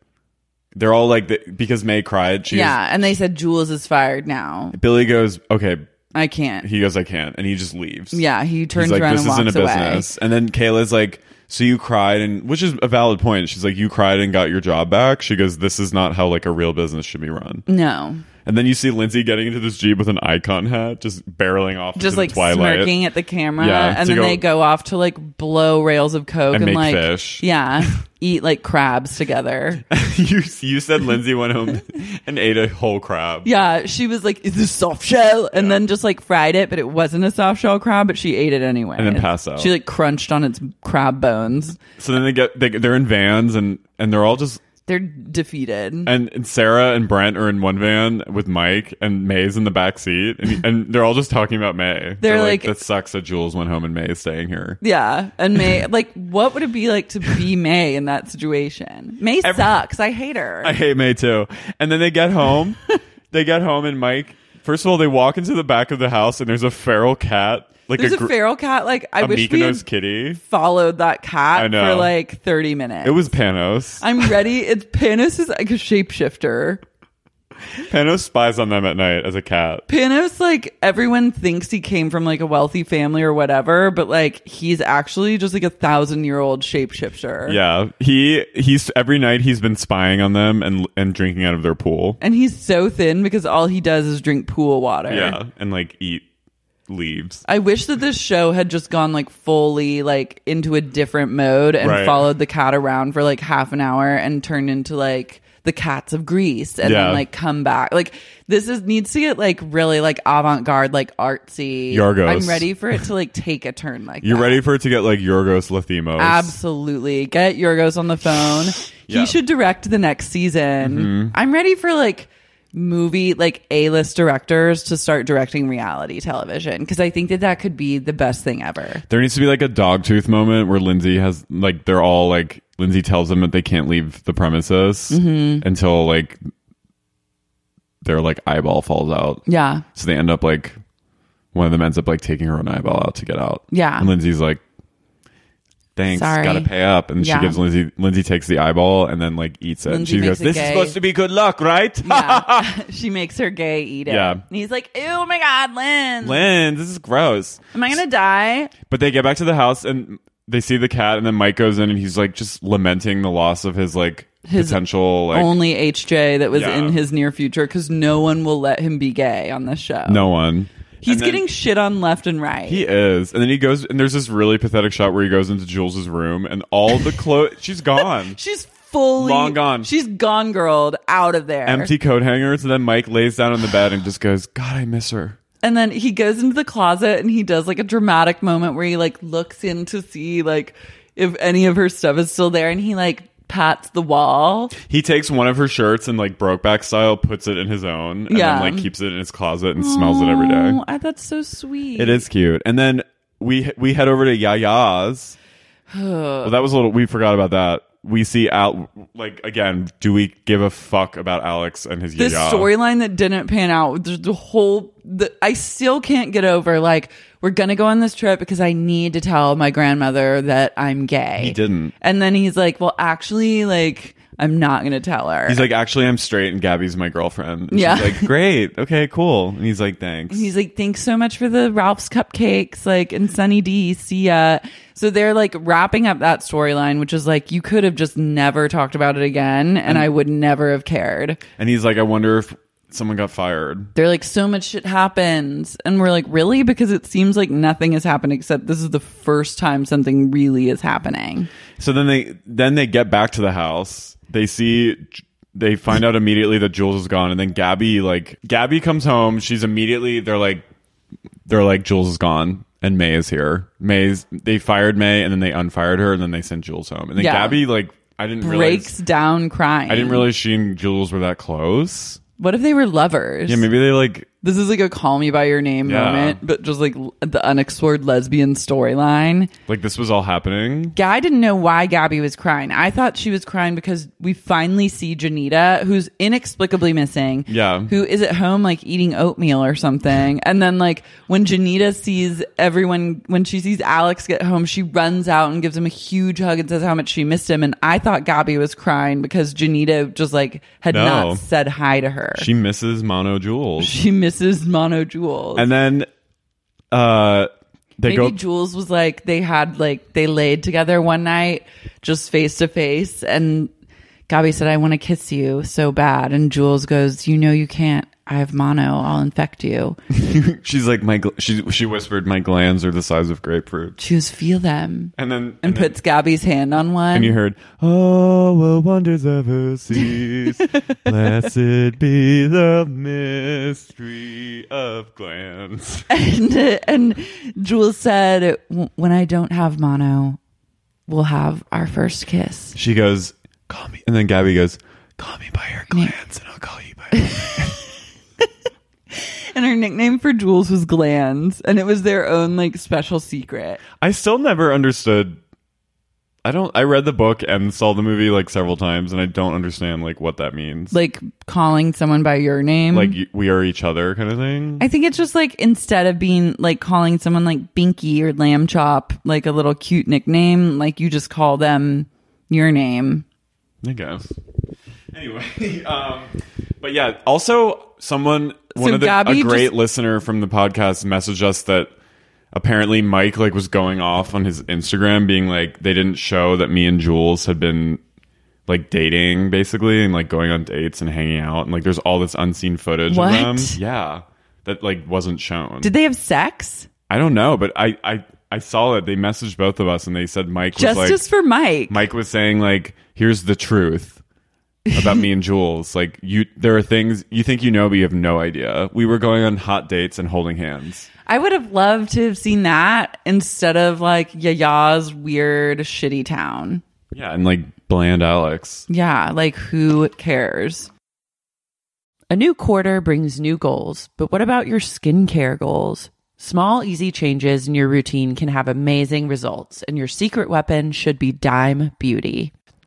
C: They're all like, the, "Because May cried." She
A: yeah, and they said Jules is fired now.
C: Billy goes, "Okay."
A: I can't.
C: He goes, "I can't," and he just leaves.
A: yeah, he
C: He's
A: turns
C: like,
A: around
C: "This
A: and walks
C: isn't a
A: away.
C: business." And then Kayla's like, "So you cried," and which is a valid point. She's like, "You cried and got your job back." She goes, "This is not how like a real business should be run."
A: No,
C: And then you see Lindsay getting into this jeep with an icon hat, just barreling off, into
A: just
C: the
A: like
C: twilight.
A: smirking at the camera,
C: Yeah,
A: and
C: to
A: then
C: go-
A: they go off to like blow rails of coke
C: And
A: and,
C: make
A: like
C: fish.
A: yeah, eat like crabs
C: *laughs*
A: together.
C: *laughs* you you said Lindsay went home *laughs* and ate a whole crab.
A: Yeah, she was like, "Is this soft shell?" And then just like fried it, but it wasn't a soft shell crab, but she ate it anyway.
C: And then passed out.
A: She like crunched on its crab bones.
C: So then they get they, they're in vans and and they're all just
A: They're defeated.
C: and, and Sarah and Brent are in one van with Mike and May's in the back seat and, and they're all just talking about May. They're,
A: like-
C: that sucks that Jules went home and May is staying here.
A: yeah, and
C: *laughs*
A: May, like, what would it be like to be May in that situation? May sucks. I hate her.
C: I hate May too. And then they
A: *laughs*
C: get home. they get home and Mike. First of all, they walk into the back of the house and there's a feral cat, like
A: There's a,
C: gr-
A: feral cat. Like, I
C: a
A: wish we
C: Mykonos
A: had
C: kitty.
A: followed that
C: I
A: cat
C: know.
A: for like 30 minutes.
C: It was Panos.
A: I'm ready. It's Panos is like a shapeshifter.
C: Panos spies on them at night as a cat.
A: Panos, like everyone thinks he came from like a wealthy family or whatever, but like he's actually just like a thousand year old shapeshifter.
C: Yeah, he he's every night he's been spying on them and and drinking out of their pool.
A: And he's so thin because all he does is drink pool water.
C: Yeah, and like eat leaves.
A: I wish that this show had just gone like fully like into a different mode and
C: Right.
A: followed the cat around for like half an hour and turned into like the cats of Greece and
C: Yeah.
A: then like come back. Like this is needs to get like really like avant garde, like artsy.
C: Yorgos.
A: I'm ready for it to like take a turn like
C: You
A: that.
C: ready for it to get like Yorgos Lathimos?
A: Absolutely. Get Yorgos on the phone.
C: Yeah. Mm-hmm.
A: He should direct the next season. I'm ready for like movie, like A list directors to start directing reality television because I think that that could be the best thing ever.
C: There needs to be like a dogtooth moment where Lindsay has like they're all like Lindsay tells them that they can't leave the premises
A: Mm-hmm.
C: until like their like eyeball falls out.
A: Yeah.
C: So they end up like one of them ends up like taking her own eyeball out to get out.
A: Yeah.
C: And Lindsay's like, Thanks,
A: Sorry.
C: gotta pay up. And
A: Yeah.
C: she gives Lindsay Lindsay takes the eyeball and then like eats it.
A: Lindsay
C: and she
A: makes
C: goes,
A: it
C: This is
A: gay.
C: supposed to be good luck, right?
A: Yeah. *laughs* she makes her gay eat it.
C: Yeah.
A: And he's like, oh my God, Lynn.
C: *laughs* Lynn, this is gross.
A: Am I going to die?
C: But they get back to the house and they see the cat, and then Mike goes in and he's like just lamenting the loss of his like
A: His
C: potential like
A: Only HJ that was
C: Yeah.
A: in his near future because no one will let him be gay on this show.
C: no one.
A: He's
C: And then-
A: getting shit on left and right.
C: He is, and then he goes, and there's this really pathetic shot where he goes into Jules's room, and
A: *laughs*
C: all the clothes she's gone,
A: She's fully
C: Long gone.
A: She's gone, girled out of there.
C: empty coat hangers, and then Mike lays down on the bed and just goes, "God, I miss her."
A: And then he goes into the closet and he does like a dramatic moment where he like looks in to see like if any of her stuff is still there, and he like pats the wall.
C: He takes one of her shirts and like Brokeback style, puts it in his own, and
A: Yeah.
C: then like keeps it in his closet and smells it every day.
A: Oh, I- that's so sweet.
C: It is cute. And then we we head over to Yaya's. well, that was a little. We forgot about that. We see Al. Like again, do we give a fuck about Alex and his
A: This
C: Yaya?
A: storyline that didn't pan out, the, the whole, the, I still can't get over. Like, we're gonna go on this trip because I need to tell my grandmother that I'm gay.
C: He didn't.
A: And then he's like, "Well, actually, like, I'm not gonna tell her."
C: He's like, actually, I'm straight, and Gabby's my girlfriend. And
A: Yeah.
C: She's like, great, okay, cool. And he's like, thanks.
A: He's like, thanks so much for the Ralph's cupcakes, like, and Sunny D. See ya. So they're like wrapping up that storyline, which is like you could have just never talked about it again, and I would never have cared.
C: And he's like, I wonder if someone got fired.
A: They're like, so much shit happens, and we're like, really? Because it seems like nothing has happened except this is the first time something really is happening.
C: So then they then they get back to the house. They see they find out immediately that Jules is gone, and then Gabby like Gabby comes home. She's immediately they're like they're like Jules is gone and May is here. May's they fired May and then they unfired her and then they sent Jules home. And then
A: Yeah.
C: Gabby like I didn't
A: Breaks
C: realize
A: down crying.
C: I didn't realize she and Jules were that close.
A: What if they were lovers?
C: Yeah, maybe they like
A: This is like a call me by your name
C: Yeah.
A: moment, but just like l- the unexplored lesbian storyline.
C: like this was all happening.
A: Yeah, I didn't know why Gabby was crying. I thought she was crying because we finally see Janita, who's inexplicably missing.
C: Yeah.
A: Who is at home like eating oatmeal or something. And then like when Janita sees everyone when she sees Alex get home, she runs out and gives him a huge hug and says how much she missed him. And I thought Gabby was crying because Janita just like had
C: No.
A: not said hi to her.
C: She misses Mono Jules.
A: She misses Mono Jules.
C: And then uh they
A: Maybe
C: go
A: Jules was like they had like they laid together one night, just face to face, and Gabby said, "I want to kiss you so bad," and Jules goes, "You know you can't. I have mono. I'll infect you."
C: She's like my gl- she she whispered my glands are the size of grapefruit.
A: She goes, "Feel them,"
C: And then
A: and puts Gabby's hand on one.
C: and you heard oh the wonders of her seas blessed be the mystery of glands.
A: *laughs* and, and Jules said, "W- "When I don't have mono, we'll have our first kiss."
C: She goes call me and then Gabby goes call me by your glands and I'll call you by
A: And her nickname for Jules was Glands, and it was their own like special secret.
C: I still never understood I don't I read the book and saw the movie like several times and I don't understand like what that means.
A: Like mm-hmm. calling someone by your name.
C: like y- we are each other kind of thing.
A: I think it's just like instead of being like calling someone like Binky or Lamb Chop, like a little cute nickname, like you just call them your name.
C: I guess. Anyway, *laughs* um, but yeah. Also, someone one
A: So
C: of the
A: Gabby
C: a great
A: just-
C: listener from the podcast messaged us that apparently Mike like was going off on his Instagram, being like they didn't show that me and Jules had been like dating basically and like going on dates and hanging out and like there's all this unseen footage
A: What?
C: of them. Yeah, that like wasn't shown.
A: Did they have sex?
C: I don't know, but I I I saw it. They messaged both of us and they said Mike was like
A: Justice for Mike.
C: Mike was saying like, here's the truth about me and Jules. Like you there are things you think you know but you have no idea. We were going on hot dates and holding hands.
A: I would have loved to have seen that instead of like Yaya's weird shitty town.
C: Yeah, and like bland Alex.
A: Yeah, like who cares?
G: A new quarter brings new goals, but what about your skincare goals? Small, easy changes in your routine can have amazing results, and your secret weapon should be Dime Beauty.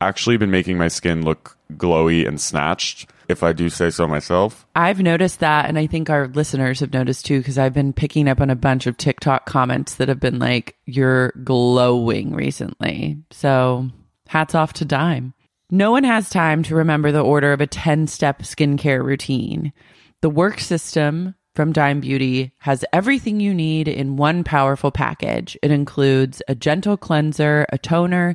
C: actually been making my skin look glowy and snatched, if I do say so myself.
G: I've noticed that, and I think our listeners have noticed too, because I've been picking up on a bunch of TikTok comments that have been like, you're glowing recently. So hats off to Dime. No one has time to remember the order of a 10 step skincare routine. The work system from Dime Beauty has everything you need in one powerful package. It includes a gentle cleanser, a toner,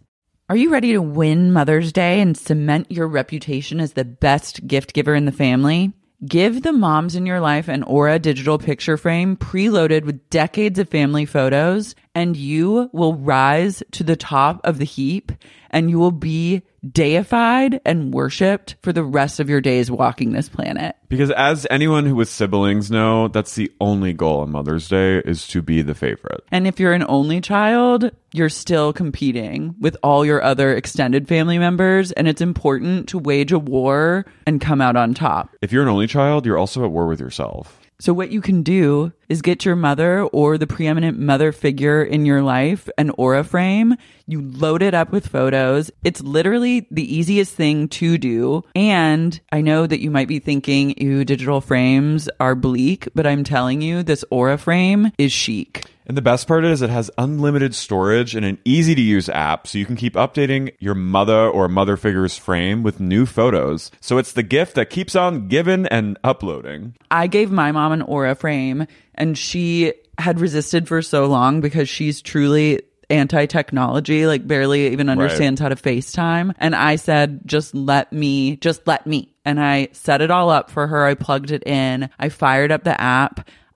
A: Are you ready to win Mother's Day and cement your reputation as the best gift giver in the family? Give the moms in your life an Aura digital picture frame preloaded with decades of family photos, and you will rise to the top of the heap and you will be deified and worshiped for the rest of your days walking this planet.
C: Because as anyone who with siblings know, that's the only goal on Mother's Day is to be the favorite.
A: And if you're an only child, you're still competing with all your other extended family members, and it's important to wage a war and come out on top.
C: If you're an only child, you're also at war with yourself.
A: So, what you can do is get your mother or the preeminent mother figure in your life an aura frame. You load it up with photos. It's literally the easiest thing to do. And I know that you might be thinking, ew, digital frames are bleak, but I'm telling you, this aura frame is chic.
C: And the best part is it has unlimited storage and an easy to use app so you can keep updating your mother or mother figure's frame with new photos. So it's the gift that keeps on giving and uploading.
A: I gave my mom an aura frame and she had resisted for so long because she's truly anti technology, like barely even understands how to FaceTime. And I said, just let me, just let me. And I set it all up for her. I plugged it in. I fired up the app.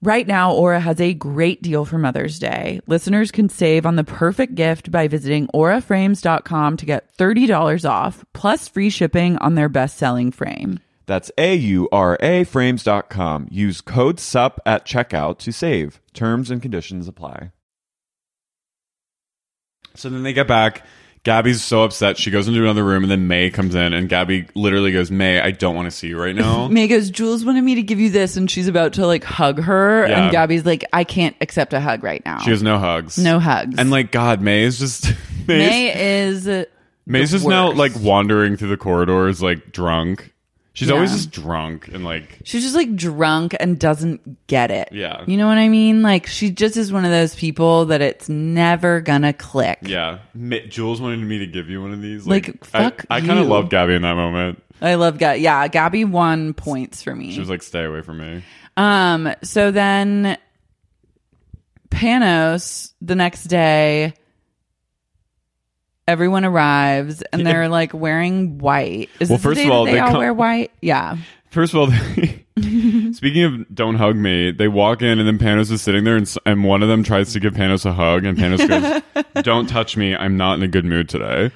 A: Right now, Aura has a great deal for Mother's Day. Listeners can save on the perfect gift by visiting auraframes.com to get $30 off plus free shipping on their best-selling frame.
C: That's A U R A frames.com. Use code SUP at checkout to save. Terms and conditions apply. So then they get back. Gabby's so upset. She goes into another room, and then May comes in, and Gabby literally goes, May, I don't want to see you right
A: *laughs*
C: now.
A: May goes, Jules wanted me to give you this, and she's about to like hug her.
C: Yeah.
A: And Gabby's like, I can't accept a hug right now.
C: She has no hugs.
A: No hugs.
C: And like, God, May is just. *laughs* May's,
A: May is
C: May's
A: the
C: just now
A: worst.
C: like wandering through the corridors, like drunk. She's always
A: Yeah.
C: just drunk and like
A: She's just like drunk and doesn't get it.
C: Yeah.
A: You know what I mean? Like she just is one of those people that it's never gonna click.
C: yeah. Ma- Jules wanted me to give you one of these.
A: Like,
C: I-
A: fuck
C: I,
A: you.
C: kind of love Gabby in that moment.
A: I love Gabby. Yeah, Gabby won points for me.
C: She was like, "Stay away from me."
A: um, so then Panos the next day, everyone arrives and they're like wearing white. Is
C: Well,
A: this
C: first
A: the day
C: of
A: that
C: all,
A: they,
C: they
A: all
C: come-
A: wear white. Yeah.
C: First of all, they, *laughs* Speaking of don't hug me, they walk in and then Panos is sitting there and, s- and one of them tries to give Panos a hug and Panos
A: *laughs*
C: goes, "Don't touch me. I'm not in a good mood today."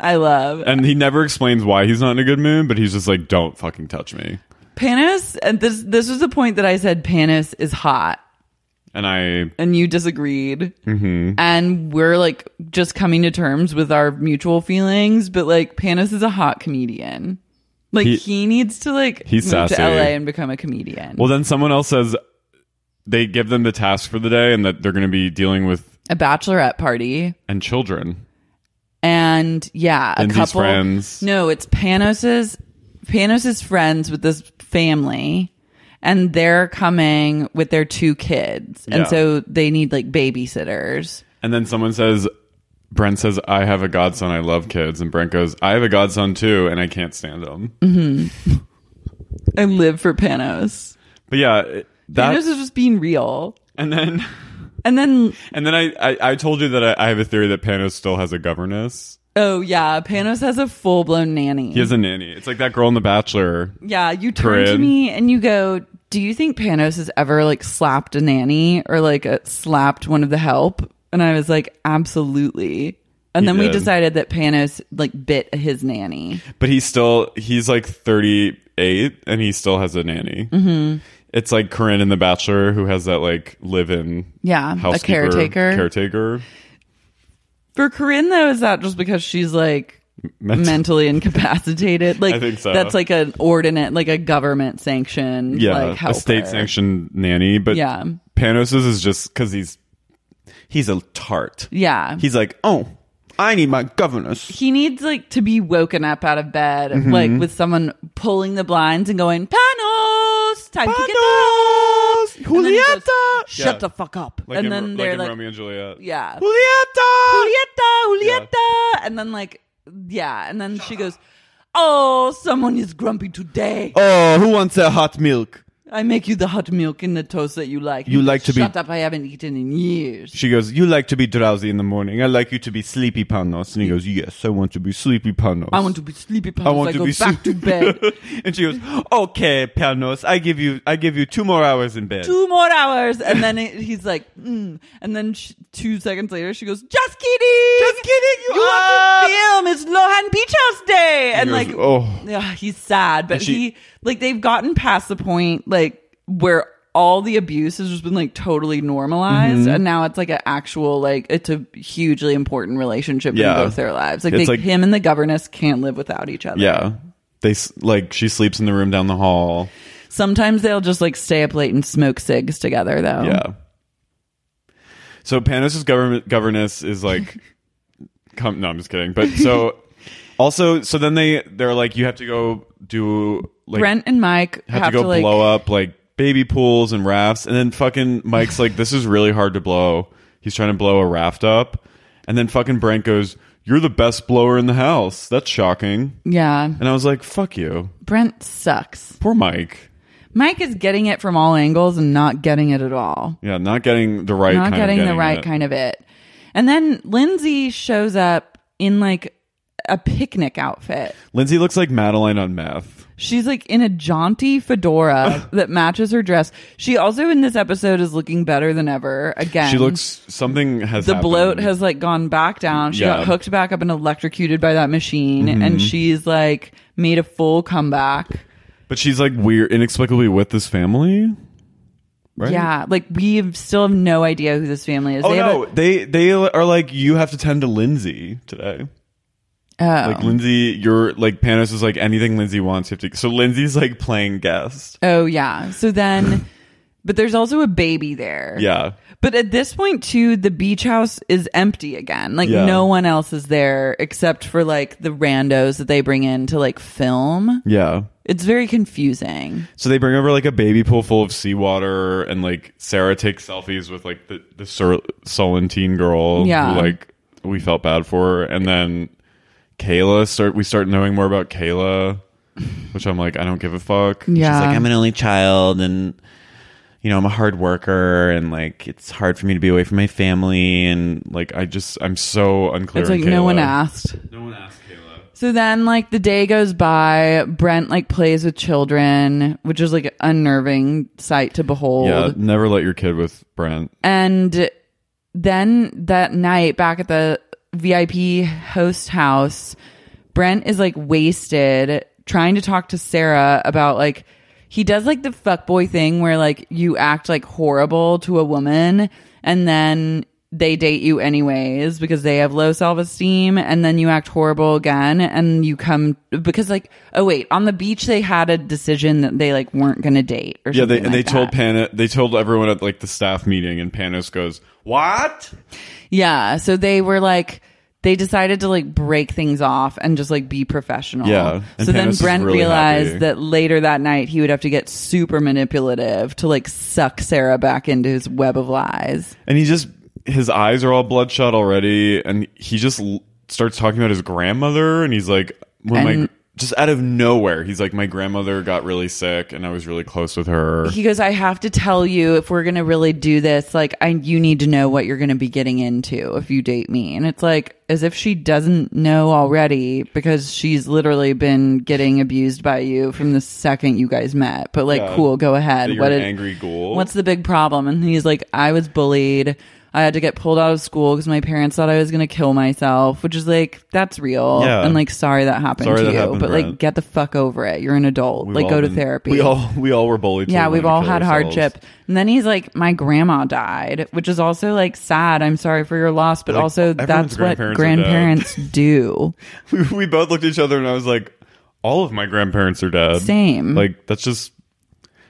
A: I love
C: And he never explains why he's not in a good mood, but he's just like, "Don't fucking touch me."
A: Panos. And this this was the point that I said Panos is hot,
C: And I
A: and you disagreed,
C: Mm-hmm.
A: and we're like just coming to terms with our mutual feelings. But like Panos is a hot comedian. Like
C: He-
A: he, needs to like
C: He's
A: move
C: sassy.
A: to LA and become a comedian.
C: Well, then someone else says they give them the task for the day and that they're going to be dealing with
A: a bachelorette party.
C: and children.
A: and yeah, a
C: Lindsay's
A: couple
C: friends.
A: No, it's Panos's Panos's friends with this family, and they're coming with their two kids,
C: Yeah.
A: and so they need like babysitters.
C: And then someone says, Brent says, I have a godson. I love kids. And Brent goes, I have a godson too, and I can't stand him.
A: I live for Panos.
C: But yeah, it- that.
A: Panos is just being real,
C: and then,
A: and then
C: and then I, I, I told you that I, I have a theory that Panos still has a governess.
A: oh yeah, Panos has a full blown nanny.
C: He has a nanny. It's like that girl in The Bachelor.
A: yeah, you turn to
C: Corinne.
A: me and you go. Do you think Panos has ever like slapped a nanny or like uh slapped one of the help? And I was like, absolutely. And
C: He
A: then we
C: did.
A: decided that Panos like bit his nanny.
C: But he's still, he's like 38 and he still has a nanny. Mm-hmm. It's like Corinne in The Bachelor who has that like live in
A: Yeah, a
C: housekeeper,
A: caretaker.
C: Caretaker.
A: For Corinne though, is that just because she's
C: *laughs*
A: like
C: Mental-
A: mentally incapacitated? Like
C: I think so.
A: that's like an ordinate, like a government sanction,
C: Yeah,
A: like
C: a
A: helper.
C: state sanctioned nanny. But
A: Yeah.
C: Panos's is just because he's he's a tart.
A: Yeah,
C: He's like, oh, I need my governess.
A: he needs like to be woken up out of bed,
C: Mm-hmm.
A: like with someone pulling the blinds and going, "Panos, time to get up."
C: Panos,
A: And then he goes,
C: Julieta.
A: Shut the fuck up.
C: Like
A: and
C: in,
A: then
C: Ro-
A: they're
C: like,
A: like,
C: in Romeo and Juliet.
A: yeah,
C: Julieta.
A: Julieta, Julieta. And then like, yeah. And then she goes, oh, someone is grumpy today.
C: Oh, who wants a hot milk?
A: I make you the hot milk and the toast that you like.
C: You like to be-
A: Shut up. I haven't eaten in years.
C: She goes, You like to be drowsy in the morning. I like you to be sleepy, Panos. And he goes, Yes, I want to be sleepy, Panos.
A: I want to be sleepy. Panos.
C: I want to
A: go
C: be
A: back to
C: sleepy. *laughs*
A: bed.
C: and she goes, "Okay, Panos, I give you, I give you two more hours in bed."
A: Two more hours. And then it, he's like, mm. and then sh two seconds later, she goes, just kidding.
C: Just kidding, you
A: have to
C: up!"
A: film. It's Lohan Beach House Day. And
C: goes,
A: like,
C: "Oh."
A: yeah, he's sad, but
C: And she-
A: he like they've gotten past the point like where all the abuse has just been like totally normalized,
C: Mm-hmm.
A: and now it's like an actual like it's a hugely important relationship
C: Yeah.
A: in both their lives. Like,
C: It's
A: they,
C: like-
A: him and the governess can't live without each other.
C: Yeah, they s- like she sleeps in the room down the hall.
A: Sometimes they'll just like stay up late and smoke cigs together, though.
C: Yeah. So Panos's government governess
A: *laughs*
C: is like, come. No, I'm just kidding. But so also, so then they they're like, you have to go do like
A: Brent and Mike
C: have, to go
A: like
C: blow up like baby pools and rafts and then fucking mike's like this is really hard to blow he's trying to blow a raft up and then fucking brent goes you're the best blower in the house that's shocking
A: Yeah,
C: and i was like fuck you
A: Brent sucks.
C: poor mike
A: Mike is getting it from all angles and not getting it at all.
C: yeah not getting the right
A: not
C: kind
A: getting,
C: of
A: the right
C: it.
A: kind of it. And then Lindsay shows up in like a picnic outfit.
C: lindsay looks like madeline on meth
A: She's like in a jaunty
C: *laughs*
A: fedora that matches her dress. She also in this episode is looking better than ever. Again,
C: she looks something has
A: the
C: happened.
A: bloat has like gone back down. She
C: Yeah. Mm-hmm.
A: got hooked back up and electrocuted by that machine, and she's like made a full comeback.
C: but she's like weird inexplicably with this family right
A: Yeah, like we have still have no idea who this family is.
C: oh
A: They have
C: no they they are like you have to tend to lindsay today
A: a- oh.
C: Like Lindsay, you're like Panos is like anything Lindsay wants. You have to. So Lindsay's like playing guest.
A: Oh yeah. So
C: *sighs*
A: then but there's also a baby there.
C: Yeah,
A: But at this point too, the beach house is empty again. Like
C: Yeah.
A: no one else is there except for like the randos that they bring in to like film.
C: yeah.
A: It's very confusing.
C: So they bring over like a baby pool full of seawater, and like Sarah takes selfies with like the the sur- sullen teen girl.
A: Yeah.
C: who, like we felt bad for, her. and then Kayla start. We start knowing more about Kayla, which I'm like, I don't give a fuck.
A: Yeah.
E: She's like, I'm an only child and you know, I'm a hard worker and like it's hard for me to be away from my family and
C: Like I just, I'm so unclear.
A: it's
C: on
A: like no
C: Kayla.
A: one asked.
C: No one asked Kayla.
A: So then, like, the day goes by. Brent, like, plays with children, which is, like, an unnerving sight to behold.
C: Yeah, never let your kid with Brent.
A: And then that night, back at the VIP host house, Brent is, like, wasted trying to talk to Sarah about, like, he does, like, the fuckboy thing where, like, you act, like, horrible to a woman and then they date you anyways because they have low self esteem and then you act horrible again and you come because like oh wait on the beach they had a decision that they like weren't gonna date or
C: Yeah,
A: something
C: they, and they
A: like
C: told
A: that.
C: Panos, they told everyone at like the staff meeting, and Panos goes, "What?"
A: yeah so they were like they decided to like break things off and just like be professional
C: Yeah, and
A: so then
C: Panos is
A: Brent
C: really
A: realized
C: happy.
A: that later that night he would have to get super manipulative to like suck Sarah back into his web of lies
C: And he just his eyes are all bloodshot already, and he just l- starts talking about his grandmother, and he's like, "When my
A: And-
C: gr- just out of nowhere, he's like, my grandmother got really sick, and I was really close with her."
A: he goes i have to tell you if we're gonna really do this like i you need to know what you're gonna be getting into if you date me and it's like as if she doesn't know already because she's literally been getting abused by you from the second you guys met but like
C: Yeah.
A: cool go ahead
C: That you're
A: What
C: an
A: did-
C: angry ghoul.
A: what's the big problem and he's like i was bullied i had to get pulled out of school because my parents thought i was gonna kill myself which is like that's real
C: Yeah.
A: and like sorry that happened
C: Sorry
A: to
C: that
A: you
C: happened,
A: but
C: Brent.
A: like get the fuck over it you're an adult
C: We've
A: like
C: all
A: go to
C: been-
A: therapy
C: We all we all were bullied. to
A: yeah,
C: the
A: we've
C: point
A: all
C: to kill
A: had
C: ourselves.
A: hardship. And then he's like, My grandma died, which is also like sad. I'm sorry for your loss, but
C: Like,
A: also
C: everyone's
A: that's what
C: grandparents are dead.
A: grandparents do.
C: We, we both looked at each other, and I was like, "All of my grandparents are dead."
A: Same.
C: Like that's just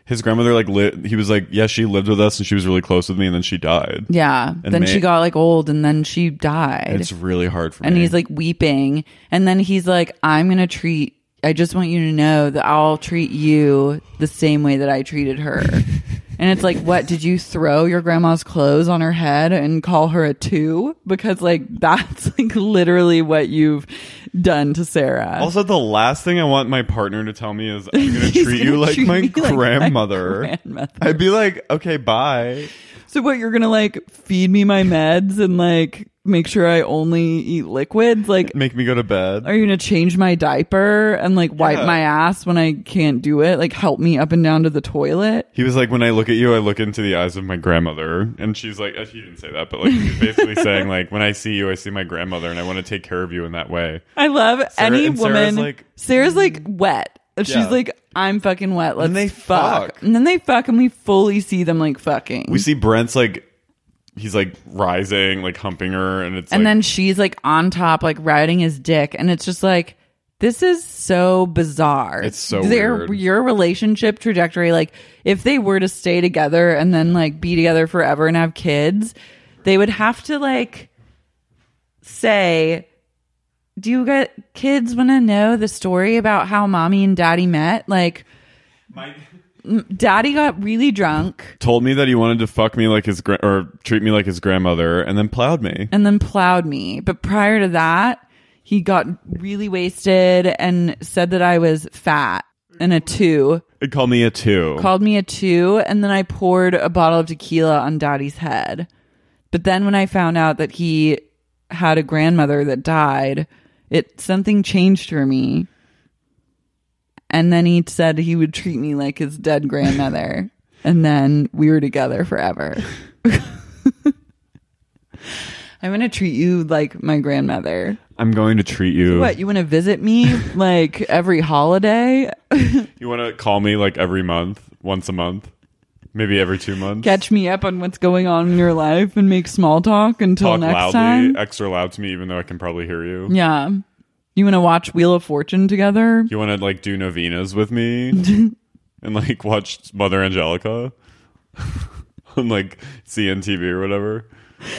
C: his grandmother. Like li- he was like, "Yeah, she lived with us, and she was really close with me, and then she died."
A: Yeah.
C: *laughs* And
A: then
C: may-
A: she got like old and then she died.
C: It's really hard for
A: and
C: me.
A: he's like weeping. And then he's like, I'm going to treat, I just want you to know that I'll treat you the same way that I treated
C: *laughs*
A: her. and it's like, what? Did you throw your grandma's clothes on her head and call her a two? Because like, *laughs* that's like literally what you've done to Sarah.
C: Also, the last thing I want my partner to tell me
A: *laughs*
C: is I'm going to
A: He's
C: treat you
A: gonna
C: like
A: treat
C: my
A: me like my
C: grandmother.
A: grandmother.
C: I'd be like, okay, bye.
A: so what? You're going to like feed me my meds and like make sure I only eat liquids? Like,
C: Make me go to bed.
A: are you gonna change my diaper and like wipe
C: Yeah.
A: my ass when I can't do it? Like help me up and down to the toilet.
C: he was like, when I look at you, I look into the eyes of my grandmother, and she's like, she didn't say that, but like,
A: *laughs*
C: she's basically saying like, when I see you, I see my grandmother, and I want to take care of you in that way.
A: I love any
C: and Sarah's
A: woman.
C: like-
A: Sarah's like wet. She's
C: Yeah.
A: like, I'm fucking wet. Let's
C: And they
A: fuck.
C: fuck.
A: And then they fuck, and we fully see them like fucking.
C: We see Brent's like, he's like rising, like humping her, and it's
A: and
C: like,
A: then she's like on top, like riding his dick, and it's just like this is so bizarre.
C: It's so
A: their
C: weird.
A: your relationship trajectory. Like if they were to stay together and then like be together forever and have kids, they would have to like say. Do you guys, kids want to know the story about how mommy and daddy met? Like, daddy got really drunk
C: told me that he wanted to fuck me like his gra- or treat me like his grandmother, and then plowed me.
A: and then plowed me. But prior to that, he got really wasted and said that I was fat and a two,
C: It called me a two.
A: called me a two, and then I poured a bottle of tequila on Daddy's head. But then when I found out that he had a grandmother that died, it something changed for me. And then he said he would treat me like his dead grandmother. and then we were together forever. I'm going to treat you like my grandmother.
C: I'm going to treat you.
A: What, you want to visit me like every holiday?
C: You want to call me like every month, once a month, maybe every two months.
A: Catch me up on what's going on in your life and make small talk until
C: Talk
A: next
C: loudly,
A: time.
C: extra loud to me, even though I can probably hear you.
A: Yeah. You want to watch Wheel of Fortune together?
C: You want to like do novenas
A: *laughs*
C: with me and like watch Mother Angelica *laughs* on like CNTV or whatever.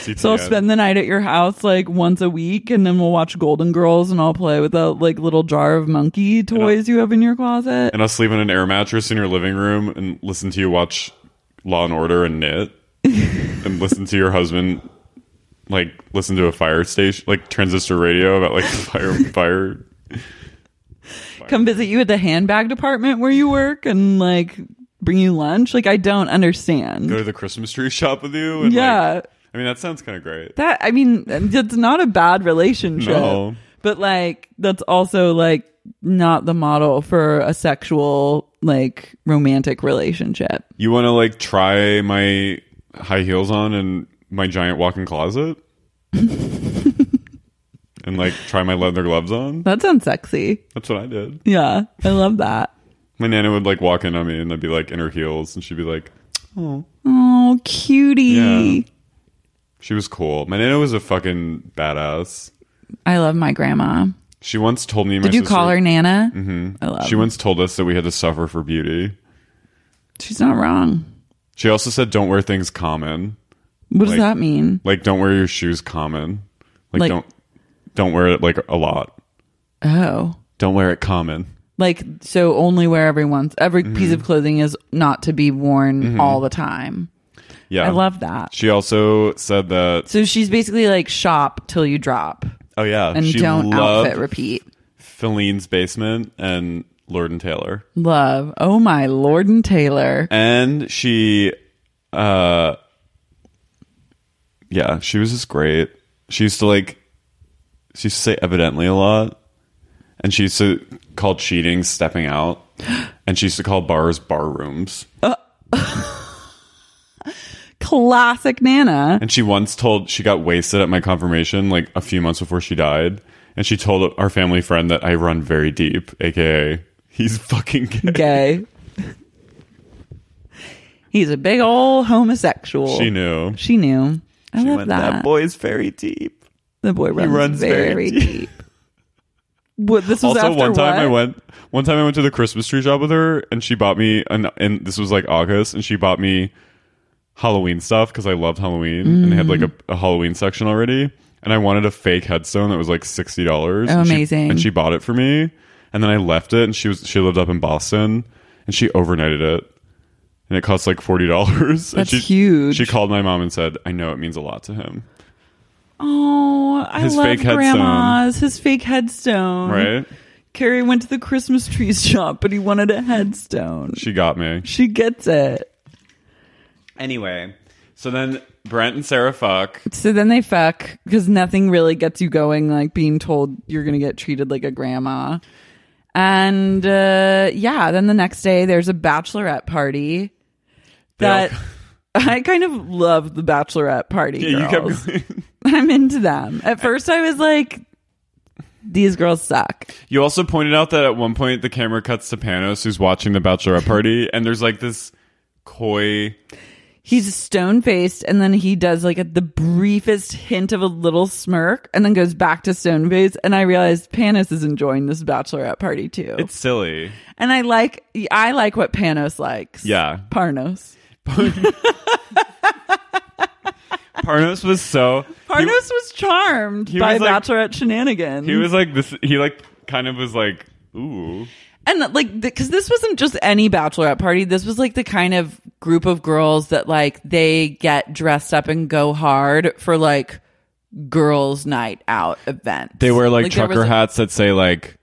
A: So I'll
C: CTN.
A: spend the night at your house like once a week and then we'll watch Golden Girls and I'll play with a like little jar of monkey toys you have in your closet.
C: and I'll sleep on an air mattress in your living room and listen to you watch Law and Order and knit and listen to your husband like listen to a fire station like transistor radio about like *laughs* fire fire
A: Come visit you at the handbag department where you work and like bring you lunch. Like I don't understand.
C: go to the Christmas tree shop with you. And
A: Yeah.
C: Like, I mean, that sounds kind of great.
A: That I mean, it's not a bad relationship.
C: No.
A: but like that's also like not the model for a sexual like romantic relationship.
C: You want to like try my high heels on and my giant walk-in closet, and like try my leather gloves on.
A: That sounds sexy.
C: That's what I did.
A: Yeah, I love that.
C: My nana would like walk in on me, and I'd be like in her heels, and she'd be like,
A: Oh, cutie.
C: Yeah. She was cool. My nana was a fucking badass.
A: I love my grandma.
C: She once told me.
A: Did you call her Nana?
C: Mm-hmm. She once told us that we had to suffer for beauty.
A: She's not wrong.
C: She also said, "Don't wear things common.
A: What does
C: Like-
A: that mean?
C: Like don't wear your shoes common. Like,
A: Like-
C: don't don't wear it like a lot.
A: Oh.
C: Don't wear it common.
A: Like so only wear every once every
C: Mm-hmm.
A: piece of clothing is not to be worn all the time.
C: Yeah,
A: I love that.
C: She also said that.
A: So she's basically like shop till you drop
C: Oh yeah,
A: and
C: she
A: don't
C: loved
A: outfit repeat.
C: Feline's basement and Lord and Taylor,
A: Love. Oh my Lord and Taylor.
C: and she, uh, yeah, she was just great. She used to like, she used to say evidently a lot, and she used to call cheating stepping *gasps* out, and she used to call bars bar rooms.
A: Classic Nana.
C: And she once told she got wasted at my confirmation like a few months before she died. And she told our family friend that I run very deep, aka he's fucking gay.
A: Gay. He's a big old homosexual.
C: She knew.
A: She knew. I love that.
C: boy's very deep.
A: the boy runs,
C: runs very
A: very, deep. What this was
C: also,
A: after
C: one time
A: what?
C: I went, one time I went to the Christmas tree shop with her, and she bought me, an, and this was like August, and she bought me Halloween stuff because I loved Halloween, and they had like a,
A: Mm.
C: a Halloween section already, and I wanted a fake headstone that was like sixty dollars.
A: Oh, amazing.
C: and she bought it for me, and then I left it, and she was she lived up in Boston, and she overnighted it. And it cost like forty dollars. *laughs*
A: That's huge.
C: She called my mom and said, "I know it means a lot to him,
A: Oh, I
C: His
A: love
C: fake headstone.
A: grandma's his fake headstone.
C: right?"
A: Carrie went to the Christmas tree *laughs* shop, but he wanted a headstone.
C: She got me.
A: She gets it.
C: Anyway, so then Brent and Sarah fuck.
A: So then they fuck because nothing really gets you going like being told you're going to get treated like a grandma. And uh, yeah, then the next day there's a bachelorette party
C: They all-
A: that *laughs* I kind of love the bachelorette party.
C: Yeah, you kept
A: girls. *laughs* I'm into them. At first, I was like, these girls suck.
C: You also pointed out that at one point the camera cuts to Panos, who's watching the *laughs* bachelorette party, and there's like this coy.
A: He's stone faced, and then he does like a, the briefest hint of a little smirk, and then goes back to stone faced. And I realized Panos is enjoying this bachelorette party too.
C: It's silly.
A: and I like, I like what Panos likes.
C: Yeah.
A: Parnos.
C: Parnos was so.
A: Parnos was charmed
C: he
A: by
C: was, like-
A: bachelorette shenanigans.
C: He, he was like this. He like kind of was like, ooh.
A: and like because this wasn't just any bachelorette party this was like the kind of group of girls that like they get dressed up and go hard for like girls night out events
C: They wear like,
A: there
C: trucker
A: was,
C: hats that say like,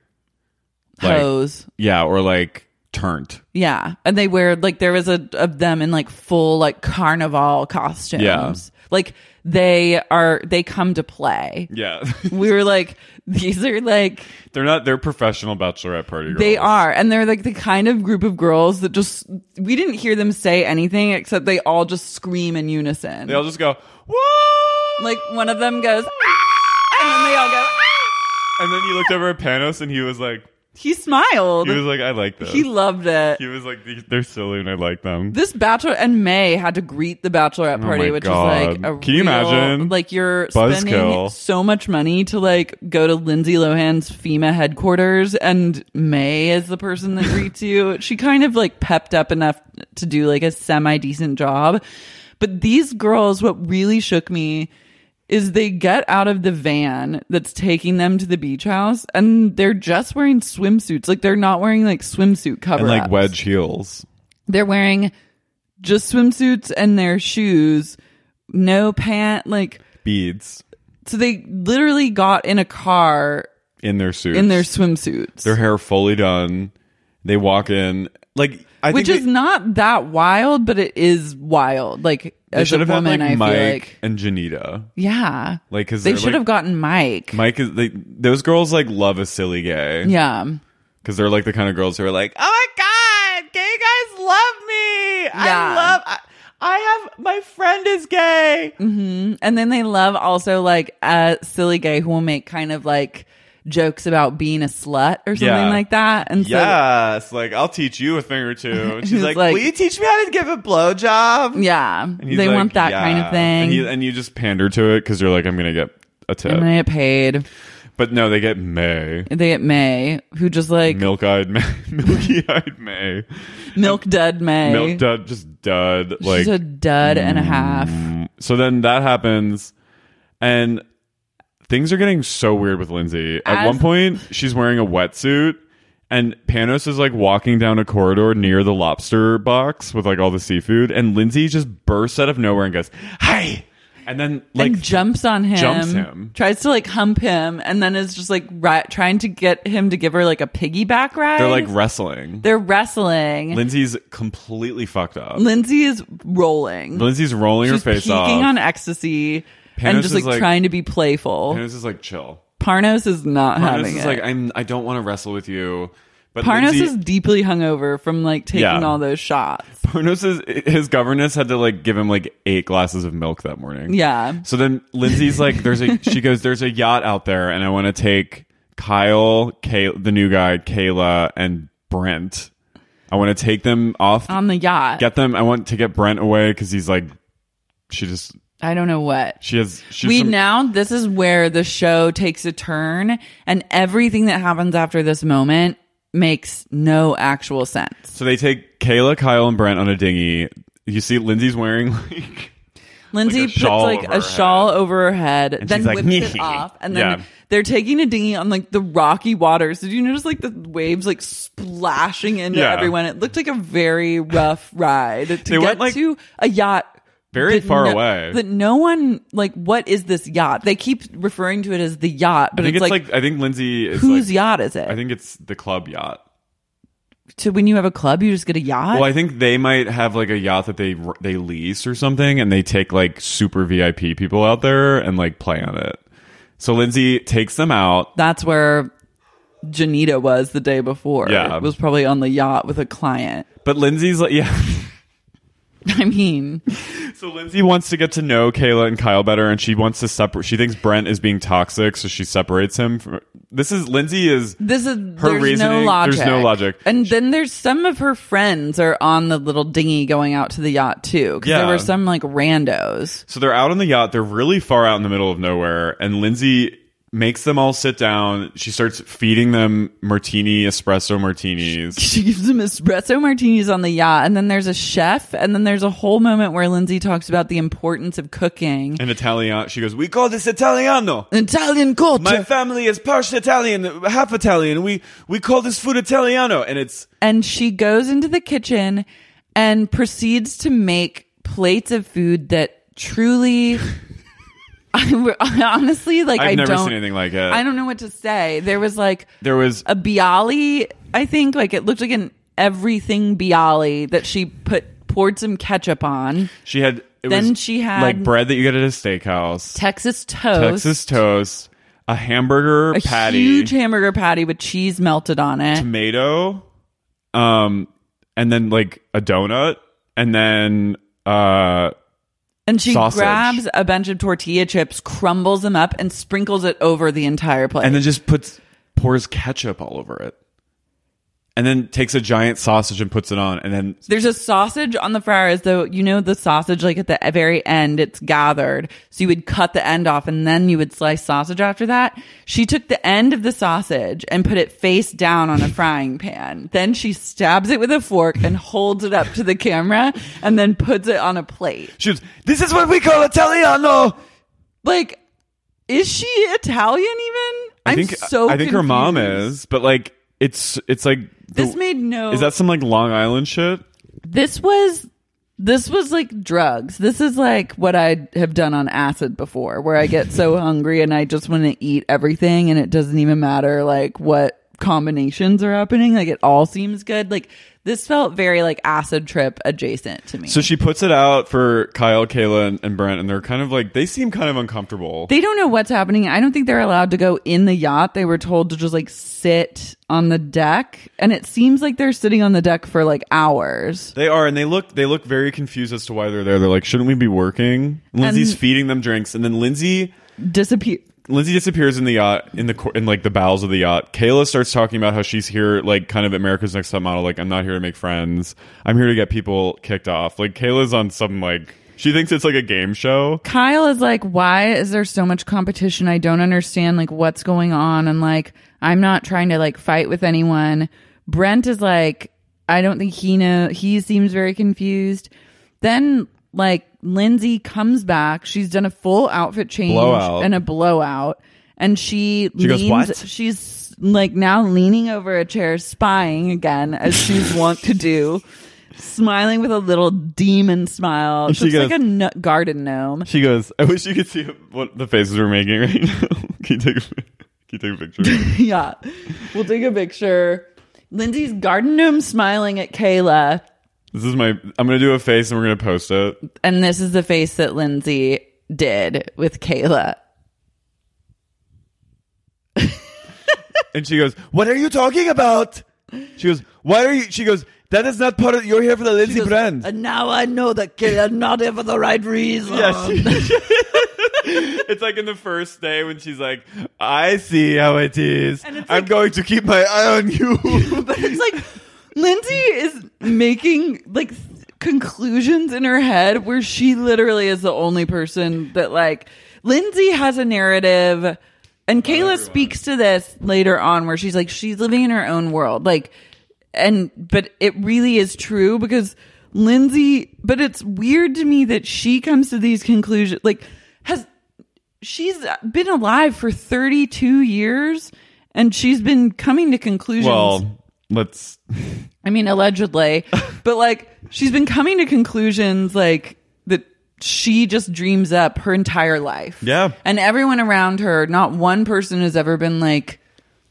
C: like-
A: hose
C: yeah, or like turned.
A: yeah and they wear like there was a of them in like full like carnival costumes
C: Yeah.
A: like they are they come to play
C: Yeah, *laughs*
A: we were like these are like
C: they're not. They're professional bachelorette party. Girls.
A: They are. And they're like the kind of group of girls that just, we didn't hear them say anything except they all just scream in unison.
C: They all just go whoa,
A: like one of them goes, "Ah!" and then they all go, "Ah!"
C: and then you looked over at Panos and he was like,
A: he smiled.
C: he
A: He,
C: was like, I like this.
A: loved it.
C: He was like, "These- they're silly and I like them.
A: this bachelor and May had to greet the bachelorette party,
C: Oh my
A: which
C: God.
A: is like a
C: Can you
A: real-
C: imagine?
A: Like you're spending
C: Buzzkill.
A: so much money to like go to Lindsay Lohan's FEMA headquarters, and May is the person that greets
C: *laughs*
A: you. She kind of like pepped up enough to do like a semi decent job, but these girls, what really shook me. Is they get out of the van that's taking them to the beach house and they're just wearing swimsuits. Like they're not wearing like swimsuit cover
C: and like wedge heels.
A: they're wearing just swimsuits and their shoes, no pant. Like,
C: beads
A: so they literally got in a car
C: in their suits,
A: in their swimsuits.
C: their hair fully done. They walk in like I
A: which
C: think
A: is
C: they-
A: not that wild, but it is wild. Like
C: they
A: as a
C: should have had
A: woman,
C: like
A: I
C: Mike
A: feel like
C: and Janita.
A: yeah,
C: Like, cause
A: they
C: they're,
A: should
C: like-
A: have gotten Mike.
C: Mike is they those girls like love a silly gay.
A: Yeah,
C: Because they're like the kind of girls who are like, oh my God, gay guys love me. I
A: Yeah.
C: love, I, I have, my friend is gay.
A: and then they love also like a silly gay who will make kind of like jokes about being a slut or something
C: Yeah.
A: like that. And
C: Yes. Like, I'll teach you a thing or
A: *laughs*
C: two. And she's
A: He's
C: like,
A: like-
C: will you teach me how to give a blowjob?
A: so yeah,
C: And he's
A: they
C: like,
A: want that kind
C: "Yeah."
A: of thing.
C: And you, and you just pander to it because you're like, I'm going to get a tip.
A: and they get paid.
C: but no, they get May.
A: They get May, who just like milk,
C: Milk eyed *laughs* May. Milky eyed May.
A: dud May.
C: Milk dud, just dud. like, mm.
A: She's a dud and a half.
C: So then that happens, and things are getting so weird with Lindsay. At
A: As-
C: one point, she's wearing a wetsuit, and Panos is like walking down a corridor near the lobster box with like all the seafood, and Lindsay just bursts out of nowhere and goes, "Hey!" And then like
A: and jumps on him,
C: jumps him.
A: tries to like hump him, and then is just like ri- trying to get him to give her like a piggyback ride.
C: they're like wrestling.
A: they're wrestling.
C: Lindsay's completely fucked up.
A: Lindsay is rolling.
C: Lindsay's rolling
A: Mm. She's
C: her face
A: peeking
C: off.
A: on ecstasy
C: Panos
A: and just
C: is
A: like,
C: like-
A: trying to be playful.
C: Panos is like, "Chill."
A: Parnos is not
C: Panos
A: having
C: is
A: it.
C: like, "I'm. I don't want to wrestle with you." But
A: Parnos
C: Lindsay-
A: is deeply hungover from like taking
C: Yeah.
A: all those shots.
C: Parnos' his governess had to like give him like eight glasses of milk that morning.
A: Yeah.
C: So then Lindsay's like, "There's
A: *laughs*
C: a," she goes, "There's a yacht out there, and I want to take Kyle, Kay, the new guy, Kayla, and Brent. I want to take them off,
A: On the yacht.
C: get them. I want to get Brent away because he's like, she just,
A: I don't know what.
C: she has, she's
A: we
C: some-
A: now this is where the show takes a turn and everything that happens after this moment makes no actual sense.
C: So they take Kayla, Kyle, and Brent on a dinghy. You see, Lindsay's wearing like
A: Lindsay puts
C: shawl
A: like
C: over her
A: a shawl over her head, then
C: she's like,
A: whips it off, and then
C: Yeah.
A: they're taking a dinghy on like the rocky waters. Did you notice like the waves like splashing into
C: Yeah.
A: everyone? It looked like a very rough ride to
C: went,
A: get
C: like,
A: to a yacht.
C: very
A: that
C: far
A: no-
C: away.
A: That no one like. What is this yacht? They keep referring to it as the yacht,
C: I
A: but
C: think
A: it's, like,
C: I think Lindsay is
A: whose
C: like,
A: yacht is it?
C: I think it's the club yacht.
A: So when you have a club, you just get a yacht.
C: Well, I think they might have like a yacht that they they lease or something, and they take like super VIP people out there and like play on it. So Lindsay takes them out.
A: That's where Janita was the day before.
C: Yeah.
A: was probably on the yacht with a client. *laughs*
C: But Lindsay's like, *laughs* yeah.
A: I mean,
C: So Lindsay wants to get to know Kayla and Kyle better, and she wants to separate. She thinks Brent is being toxic, so she separates him. From- this is Lindsay is
A: this is
C: Her
A: there's
C: reasoning-
A: no logic.
C: there's no logic.
A: And then there's some of her friends are on the little dinghy going out to the yacht too. Because
C: Yeah.
A: there were some like randos. *laughs*
C: So they're out on the yacht. They're really far out in the middle of nowhere. And Lindsay makes them all sit down. She starts feeding them martini, espresso martinis.
A: She gives them espresso martinis on the yacht, and then there's a chef, and then there's a whole moment where Lindsay talks about the importance of cooking.
C: And Italian, she goes, We call this Italiano.
A: Italian culture.
C: My family is partial Italian, half Italian. We, we call this food Italiano. And it's,
A: and she goes into the kitchen and proceeds to make plates of food that truly *laughs* I, *laughs* honestly like
C: I've
A: I
C: never
A: don't
C: seen anything like it.
A: I don't know what to say. There was like
C: There was,
A: a bialy, I think like it looked like an everything bialy that she put poured some ketchup on.
C: she had, it
A: Then
C: was
A: she had-
C: like bread that you get at a steakhouse,
A: Texas toast.
C: Texas toast, a hamburger
A: a
C: patty,
A: huge hamburger patty with cheese melted on it.
C: tomato, um, and then like a donut, and then uh,
A: And she
C: sausage.
A: grabs a bunch of tortilla chips, crumbles them up, and sprinkles it over the entire plate.
C: and then just puts pours ketchup all over it, and then takes a giant sausage and puts it on, and then
A: There's a sausage on the fryer as though, you know, the sausage, like at the very end, it's gathered. So you would cut the end off and then you would slice sausage after that. She took the end of the sausage and put it face down on a frying pan. Then she stabs it with a fork and holds it up to the camera and then puts it on a plate.
C: she goes, "This is what we call Italiano."
A: Like, is she Italian even?
C: I
A: I'm
C: think
A: so
C: I think her mom
A: confused.
C: is, but like it's it's like
A: This
C: the-
A: made no
C: Is that some like Long Island shit?
A: this was this was like drugs. This is like what I have done on acid before, where I get so hungry and I just want to eat everything, and it doesn't even matter like what combinations are happening. Like it all seems good. Like this felt very like acid trip adjacent to me.
C: So she puts it out for Kyle, Kayla, and, and Brent, and they're kind of like they seem kind of uncomfortable.
A: they don't know what's happening. I don't think they're allowed to go in the yacht. They were told to just like sit on the deck, and it seems like they're sitting on the deck for like hours.
C: They are, and they look they look very confused as to why they're there. They're like, shouldn't we be working? And Lindsay's feeding them drinks, and then Lindsay
A: Disappear.
C: Lindsay disappears in the yacht in the cor- in like the bowels of the yacht. Kayla starts talking about how she's here like kind of America's Next Top Model. Like I'm not here to make friends. I'm here to get people kicked off. Like Kayla's on some like she thinks it's like a game show.
A: Kyle is like, why is there so much competition? I don't understand like what's going on. And like, I'm not trying to like fight with anyone. Brent is like, I don't think he know. He seems very confused. Then like Lindsay comes back. She's done a full outfit change
C: Blowout.
A: and a blowout. And she,
E: She goes,
A: leans,
E: "What?"
A: She's like now leaning over a chair, spying again as
C: *laughs*
A: she's wont to do. Smiling with a little demon smile.
C: And
A: She,
C: she
A: looks
C: goes-
A: like a nu- garden gnome.
C: She goes, I wish you could see what the faces we're making right now. *laughs* can you take a, can you take a picture?
A: *laughs* yeah. We'll take a picture. Lindsay's garden gnome smiling at Kayla.
C: This is my I'm gonna do a face and we're gonna post it.
A: And this is the face that Lindsay did with Kayla.
C: And she goes, What are you talking about? She goes, Why are you she goes, That is not part of you're here for the Lindsay brand.
A: And now I know that Kayla not here for the right reason.
C: Yeah, she- *laughs* it's like in the first day when she's like, I see how it is. I'm going to keep my eye on you.
A: *laughs* but it's like Lindsay is making like th- conclusions in her head where she literally is the only person that like Lindsay has a narrative and Kayla speaks to this later on where she's like she's living in her own world like and but it really is true because Lindsay but it's weird to me that she comes to these conclusions like has she's been alive for 32 years and she's been coming to conclusions
C: well, let's.
A: I mean,
C: *laughs*
A: allegedly, but like she's been coming to conclusions like that she just dreams up her entire life.
C: Yeah.
A: And everyone around her, not one person has ever been like,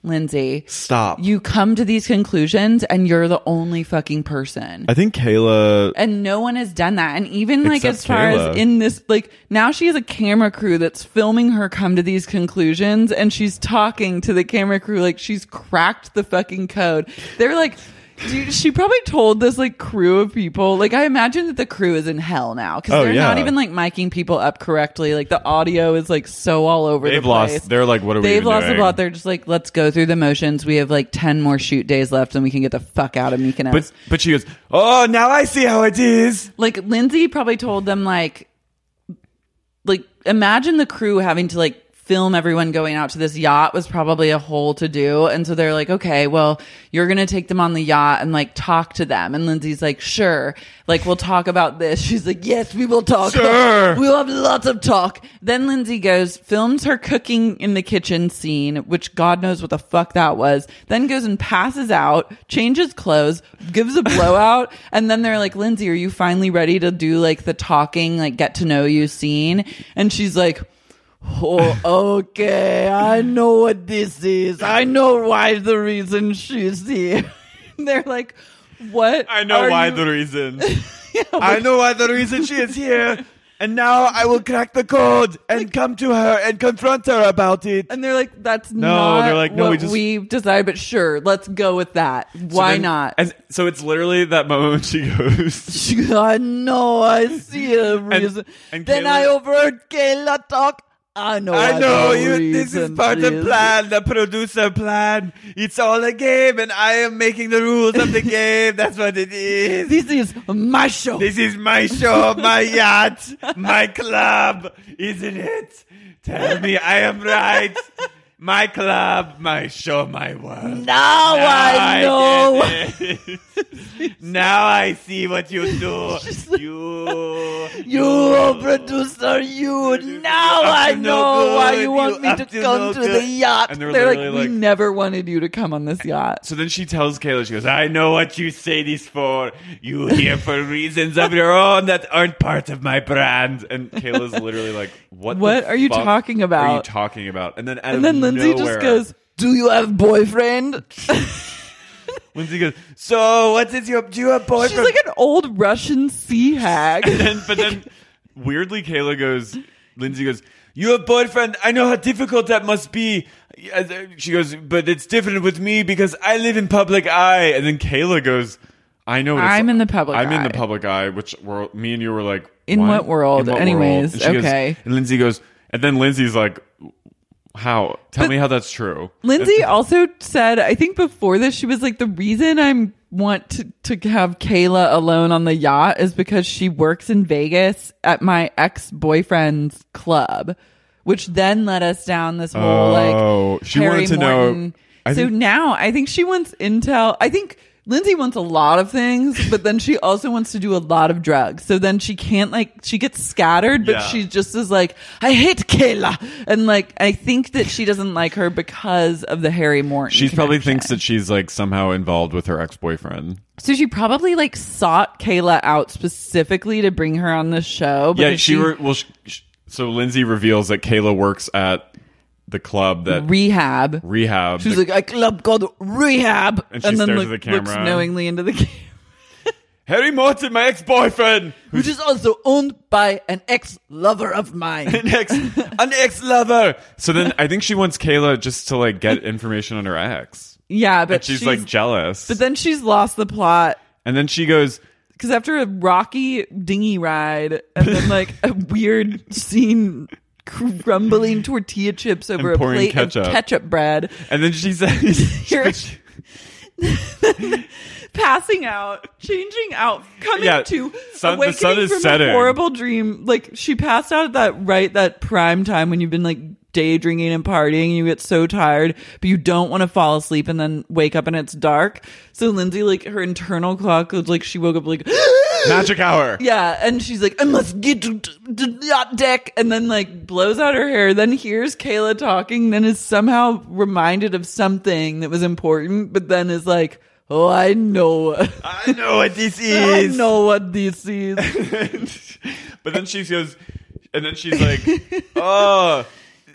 A: Lindsay,
C: Stop.
A: you come to these conclusions and you're the only fucking person.
C: I think Kayla.
A: and no one has done that. And even like
C: Except
A: as far
C: Kayla.
A: as in this, like now she has a camera crew that's filming her come to these conclusions and she's talking to the camera crew like she's cracked the fucking code. They're like, dude, she probably told this like crew of people. Like I imagine that the crew is in hell now because
C: Oh,
A: they're not
C: yeah.
A: even like miking people up correctly. Like the audio is like so all over
C: They've
A: the
C: lost.
A: place.
C: They're like, what are we
A: They've
C: even
A: lost the
C: doing?
A: plot. They're just like, let's go through the motions. We have like 10 more shoot days left and we can get the fuck out of Mykonos
C: But, but she goes, Oh, now I see how it is.
A: like Lindsay probably told them like like imagine the crew having to like film everyone going out to this yacht was probably a whole to do and so they're like okay well you're going to take them on the yacht and like talk to them and Lindsay's like sure like we'll talk about this *laughs* she's like yes we will talk
C: Sure. *laughs*
A: we'll have lots of talk then Lindsay goes films her cooking in the kitchen scene which god knows what the fuck that was then goes and passes out changes clothes gives a
C: *laughs*
A: blowout and then they're like Lindsay are you finally ready to do like the talking like get to know you scene and she's like Oh, okay. I know what this is. I know why the reason she's here. *laughs* They're like, what?
C: I know
A: are
C: why
A: you-
C: the *laughs* reason. I know why the reason she is here. And now I will crack the code and come to her and confront her about it.
A: And they're like, that's not
C: they're like, no,
A: what
C: we just-
A: decided, but sure, let's go with that. Why not?
C: And so it's literally that moment when she goes,
A: She goes, *laughs* I know, I see a reason.
C: and
A: then
C: Kayla-
A: I overheard Kayla talk. I know.
C: *laughs* I
A: why
C: know
A: the
C: you. This is
A: reason
C: part of the
A: is-
C: plan, the producer plan. It's all a game, and I am making the rules of the *laughs* game. That's what it is.
A: This is my show.
C: This is my show, my yacht, my club, isn't it? Tell me I am right. My club, my show, my world.
A: now, I know. why-
E: *laughs*
C: get it. now I see what you do. you *laughs*
A: You producer, you now I know why you want me to come to the yacht.
E: And
A: they're
E: they're
A: like,
E: literally
A: we
E: like-
A: never wanted you to come on this
C: *laughs*
A: yacht.
E: So then she tells Kayla, she goes, I know what you say this for. You here for reasons of your own that aren't part of my brand. And Kayla's literally like, What the
A: What are you
E: fuck
A: talking
E: Are you
A: about?
E: talking about? And then out
A: And
E: of
A: then Lindsay
E: nowhere-
A: just goes, "Do you have boyfriend?"
C: *laughs*
E: Lindsay goes, So what is your do you have boyfriend?
A: She's like an old Russian sea
E: *laughs*
A: hag. *laughs*
E: then, but then weirdly, Kayla goes, Lindsay goes, You have boyfriend. I know how difficult that must be. As- uh, She goes, But it's different with me because I live in public eye. And then Kayla goes, I know. What it's-
A: I'm in the public
E: I'm in the
A: eye."
E: public eye, which were, me and you were like,
A: In what world? Anyways,
E: And she goes-
A: okay.
E: and Lindsay goes, and then Lindsay's like, How? Tell me how that's true.
A: Lindsay also said, I think before this, she was like, the reason I'm want to, to have Kayla alone on the yacht is because she works in Vegas at my ex boyfriend's club, which then led us down this whole
C: Oh,
A: like
C: she
A: Harry
C: wanted to know-
A: Morton.
C: I
A: so
C: think-
A: now I think she wants intel. I think Lindsay wants a lot of things, but then she also wants to do a lot of drugs. So then she can't like she gets scattered, but
E: Yeah.
A: she just is like, I hate Kayla, and like I think that she doesn't like her because of the Harry Morton.
C: She probably
A: connection.
C: thinks that she's like somehow involved with her ex boyfriend.
A: so. She probably like sought Kayla out specifically to bring her on the show.
C: Yeah,
A: because
C: she, re- well. She, sh so Lindsay reveals that Kayla works at the club that
A: rehab.
C: rehab.
A: She's like, a club called Rehab,
C: And she
A: then
C: stares at
A: look-
C: the camera.
A: looks knowingly into the *laughs* camera,
C: Harry Morton, my ex boyfriend.
A: which is also owned by an ex lover of mine.
C: *laughs* an ex an ex lover. So then I think she wants Kayla just to like
A: *laughs*
C: get information on her ex.
A: yeah, but
C: And she's, like jealous.
A: But then she's lost the plot
C: and then she goes,
A: because after a rocky dinghy ride and then like
C: *laughs*
A: a weird scene crumbling tortilla chips over a
C: pouring
A: plate
C: ketchup.
A: of ketchup bread,
C: and then she *laughs* says,
A: *laughs* You're- passing out, changing out, coming
C: Yeah,
A: to,
C: sun- the
A: awakening
C: sun is
A: from
C: setting.
A: a horrible dream. Like she passed out at that right that prime time when you've been like day drinking and partying and you get so tired but you don't want to fall asleep and then wake up and it's dark so lindsay like her internal clock was like she woke up like *gasps*
C: magic hour.
A: *laughs* Yeah, and she's like, I must get to to- to the yacht deck, and then like blows out her hair. Then hears Kayla talking, then is somehow reminded of something that was important, but then is like, Oh, I know,
E: I know what this
A: *laughs* I
E: is.
A: know what this is.
E: but then she goes, and then
A: *laughs*
E: she's like, oh,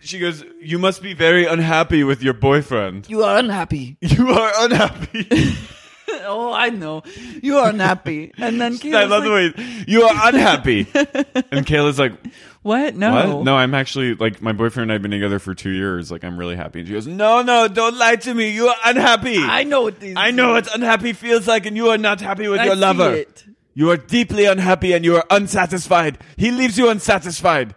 E: she goes, you must be very unhappy with your
C: *laughs*
E: boyfriend.
A: You are unhappy.
E: You are unhappy.
A: *laughs* Oh, I know, you are unhappy. And then *laughs* Kayla's
E: I love
A: like,
E: the way you are unhappy. and
A: *laughs*
E: Kayla's like,
A: What?
C: What?
A: No,
C: No, I'm actually like my boyfriend and I've been together for two years. Like I'm really happy. And she goes,
E: no, no, don't lie to me. You are unhappy.
A: I know what this.
E: I
A: is.
E: know what unhappy feels like, and you are not happy with
A: I
E: your
A: see
E: lover.
A: it.
E: You are deeply unhappy and you are unsatisfied. He leaves you unsatisfied.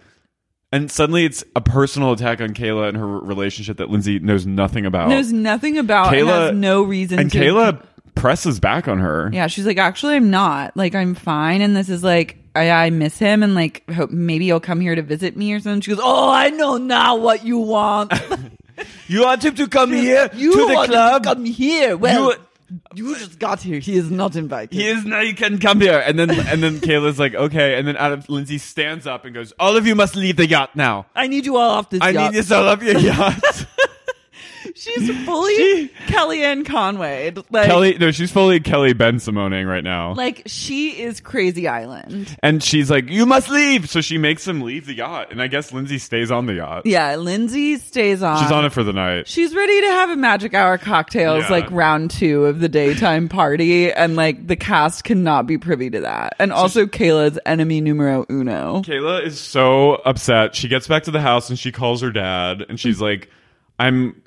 C: and suddenly it's a personal attack on Kayla and her relationship that Lindsay knows nothing about.
A: Knows nothing about. and
C: Kayla-
A: has no reason.
C: and
A: to
C: Kayla presses back on her.
A: Yeah, she's like, actually, I'm not. Like, I'm fine, and this is like, I, I miss him, and like, hope maybe he'll come here to visit me or something. She goes, oh, I know now what you want.
E: *laughs*
A: *laughs*
E: You want him to come here
A: you
E: to the
A: want
E: club.
A: to come here. Well,
E: You-
A: you, just got here. He is not invited.
E: He is now you can come here. And then and then Kayla's like, okay. And then Adam Lindsay stands up and goes, All of you must leave the yacht now.
A: I need you all off this.
E: I
A: yacht.
E: need this all of
A: *laughs*
E: your yachts.
A: She's
E: *laughs*
A: fully Kellyanne Conway. Like,
C: Kelly, no, she's fully Kelly Ben Simoning right now.
A: like she is Crazy Island.
C: And she's like, You must leave. So she makes him leave the yacht. And I guess Lindsay stays on the yacht.
A: Yeah, Lindsay stays on.
C: She's on it for the night.
A: She's ready to have a magic hour cocktails
C: Yeah.
A: like round two of the daytime party, and like the cast cannot be privy to that. And also Kayla's enemy numero uno.
C: Kayla is so upset. She gets back to the house and she calls her dad and she's like, I'm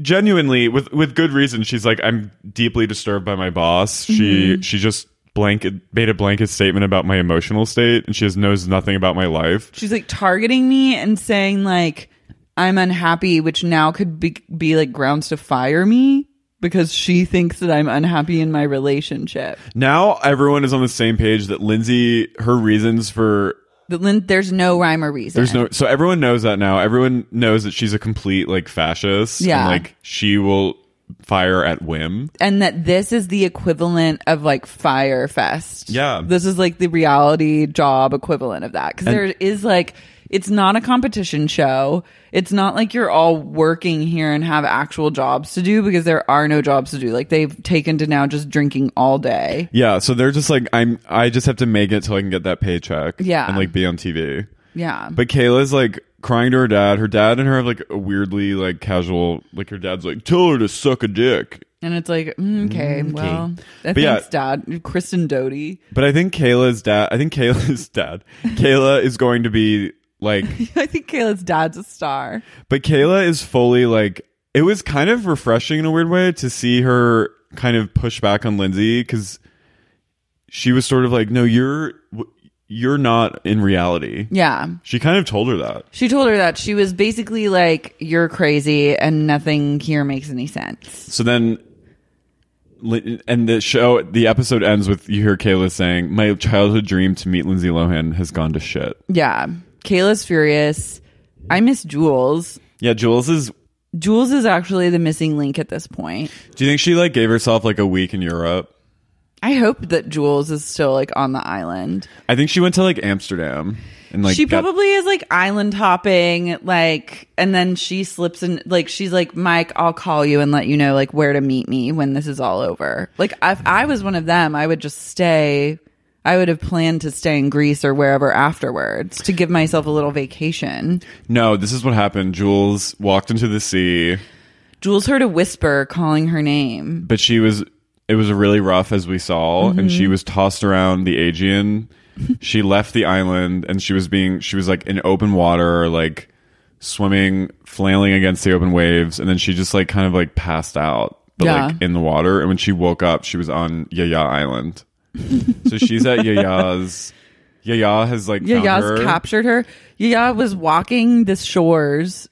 C: genuinely with with good reason, she's like, I'm deeply disturbed by my boss. She she just blanket made a blanket statement about my emotional state and she has knows nothing about my life.
A: She's like targeting me and saying like I'm unhappy, which now could be be like grounds to fire me because she thinks that I'm unhappy in my relationship.
C: Now everyone is on the same page that Lindsay her reasons for
A: But Lynn, there's no rhyme or reason.
C: There's no so everyone knows that now. Everyone knows that she's a complete like fascist.
A: Yeah.
C: And, like she will fire at whim.
A: and that this is the equivalent of like Fire Fest.
C: Yeah.
A: This is like the reality job equivalent of that. Cause there is like, it's not a competition show. It's not like you're all working here and have actual jobs to do because there are no jobs to do. Like they've taken to now just drinking all day.
C: Yeah, so they're just like I'm. I just have to make it till I can get that paycheck.
A: Yeah.
C: and like be on TV.
A: Yeah.
C: But Kayla's like crying to her dad. Her dad and her have like a weirdly like casual. Like her dad's like, tell her to suck a dick.
A: and it's like, mm, okay, well, that
C: But yeah.
A: thanks, Dad. Kristen Doty. *laughs*
C: But I think Kayla's dad. I think Kayla's *laughs* dad. Kayla is going to be
A: *laughs*
C: like.
A: I think Kayla's dad's a star.
C: But Kayla is fully like. It was kind of refreshing in a weird way to see her kind of push back on Lindsay because she was sort of like, no, you're you're not in reality.
A: Yeah.
C: She kind of told her that.
A: She told her that she was basically like, "You're crazy, and nothing here makes any sense."
C: So then, Lin- and the show, the episode ends with you hear Kayla saying, "My childhood dream to meet Lindsay Lohan has gone to shit."
A: Yeah, Kayla's furious. I miss Jules.
C: Yeah, Jules is.
A: Jules is actually the missing link at this point.
C: Do you think she like gave herself like a week in Europe?
A: I hope that Jules is still like on the island.
C: I think she went to like Amsterdam and like
A: she
C: got-
A: probably is like island hopping, like, and then she slips in, like, she's like, Mike, I'll call you and let you know, like, where to meet me when this is all over. Like, if I was one of them, I would just stay. I would have planned to stay in Greece or wherever afterwards to give myself a little vacation.
C: no. This is what happened. Jules walked into the sea,
A: Jules heard a whisper calling her name.
C: but she was. It was really rough, as we saw, and
A: Mm-hmm.
C: she was tossed around the
A: *laughs*
C: Aegean. she left the island, and she was being. She was like in open water, like swimming, flailing against the open waves, and then she just like kind of like passed out, but like
A: Yeah.
C: in the water. And when she woke up, she was on Yaya Island. so she's at Yaya's. Yaya has like found
A: Yaya's
C: her.
A: captured her. Yaya was walking the shores